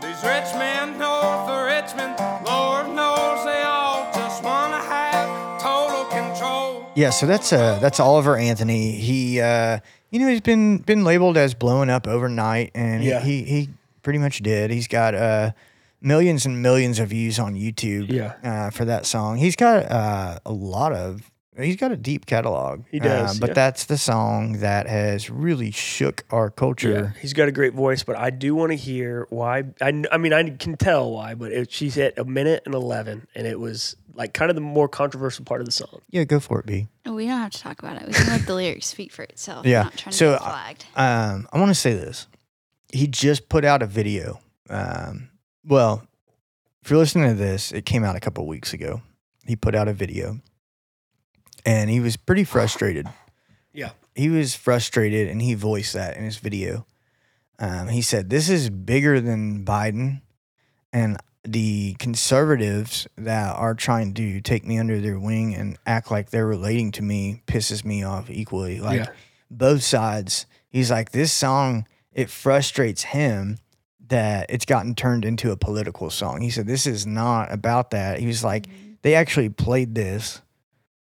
These rich men north of Richmond, Lord knows they all just wanna have total control. Yeah, so that's uh that's Oliver Anthony. He uh you know he's been been labeled as blowing up overnight and he- Yeah. he, he pretty much did. He's got uh millions and millions of views on YouTube Yeah. uh, for that song. He's got uh a lot of he's got a deep catalog. He does, Uh, but yeah. that's the song that has really shook our culture. Yeah, he's got a great voice, but I do want to hear why. I, kn- I mean, I can tell why, but it, she's at a minute and 11, and it was like kind of the more controversial part of the song. Yeah, go for it, B. We don't have to talk about it. We can let the lyrics speak for itself. Yeah. I'm not trying to So, get uh, flagged. Um, I want to say this. He just put out a video. Um, well, if you're listening to this, it came out a couple weeks ago. He put out a video, and he was pretty frustrated. Yeah. he was frustrated, and he voiced that in his video. Um, he said, "This is bigger than Biden, and the conservatives that are trying to take me under their wing and act like they're relating to me pisses me off equally. Like Yeah. both sides. He's like, this song, it frustrates him that it's gotten turned into a political song. He said, this is not about that. He was like, they actually played this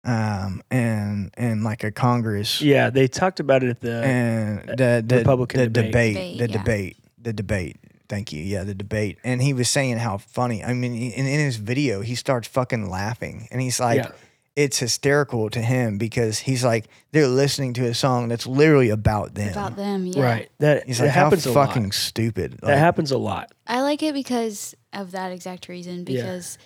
um and and like a congress Yeah, they talked about it at the. and the, the Uh, Republican the debate. debate, Debate, the yeah. debate the debate thank you yeah the debate and he was saying how funny i mean in, in his video he starts fucking laughing and he's like Yeah. it's hysterical to him because he's like they're listening to a song that's literally about them About them, yeah. Right. That, he's that like how happens a fucking lot. stupid that Like, happens a lot. I like it because of that exact reason. Yeah. Because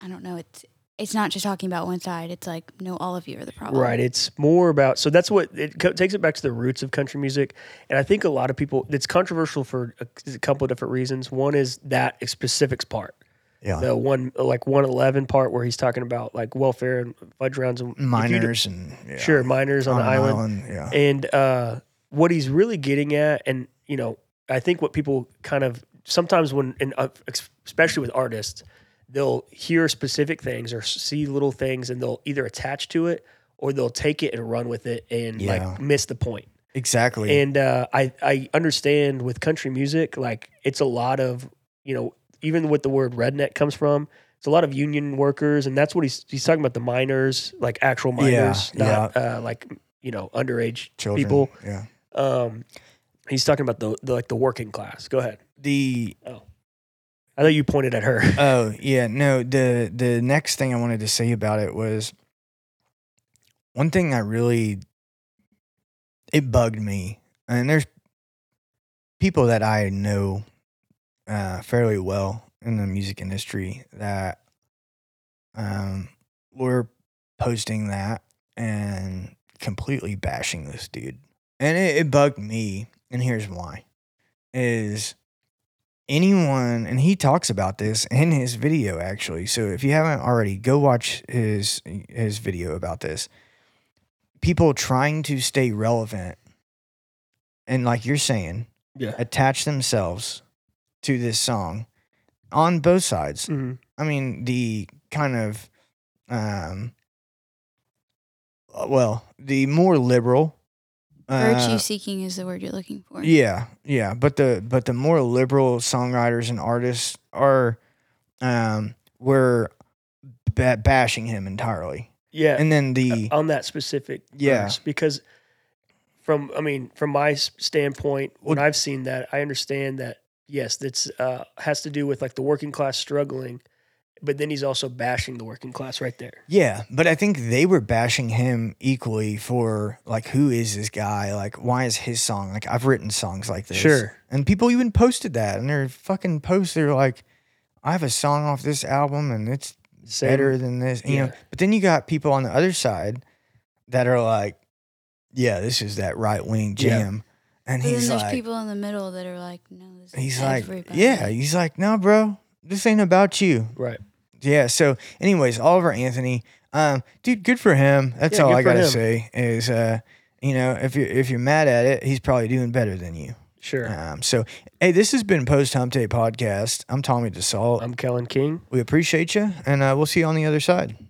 I don't know, it's it's not just talking about one side. It's like no, all of you are the problem. Right. It's more about so that's what it co- takes it back to the roots of country music, and I think a lot of people it's controversial for a, a couple of different reasons. One is that specifics part, yeah the one like one eleven part where he's talking about like welfare and fudge rounds and if you don't- minors and yeah, sure, miners on, on the an island. yeah And uh, what he's really getting at, and you know, I think what people kind of sometimes when, and uh, ex- especially with artists, they'll hear specific things or see little things, and they'll either attach to it or they'll take it and run with it and Yeah. like miss the point. exactly And uh, I I understand with country music, like it's a lot of you know even what the word redneck comes from. It's a lot of union workers, and that's what he's he's talking about the miners, like actual Yeah, miners, not Uh, like you know underage children people. yeah Um, he's talking about the, the like the working class. Go ahead. the I thought you pointed at her. Oh yeah, no. The the next thing I wanted to say about it was one thing I really it bugged me, and there's people that I know uh, fairly well in the music industry that um, were posting that and completely bashing this dude, and it, it bugged me. And here's why: is anyone and he talks about this in his video actually so if you haven't already go watch his his video about this people trying to stay relevant and like you're saying Yeah. attach themselves to this song on both sides hmm I mean, the kind of, um, uh, well, the more liberal. Virtue uh, seeking is the word you're looking for. yeah, yeah, but the but the more liberal songwriters and artists are, um, were ba- bashing him entirely, Yeah. and then the Uh, on that specific Yeah. verse because from I mean from my s- standpoint when I've seen that I understand that yes that's uh has to do with like the working class struggling but then he's also bashing the working class right there. Yeah, but I think they were bashing him equally for like who is this guy? Like why is his song? Like I've written songs like this. Sure. And people even posted that and their fucking posts they're like I have a song off this album and it's Same. better than this, you know. Yeah. But then you got people on the other side that are like yeah, this is that right-wing Yeah. jam. And But then he's there's like people in the middle that are like, no, this is he's like everybody. yeah, he's like no, bro. This ain't about you. Right. Yeah. So, anyways, Oliver Anthony, um, dude, good for him. That's Yeah, all good I for gotta him. say is, uh, you know, if you're if you're mad at it, he's probably doing better than you. Sure. Um, so, hey, this has been Post Hump Day podcast. I'm Tommy DeSalle. I'm Kellen King. we appreciate you, and uh, we'll see you on the other side.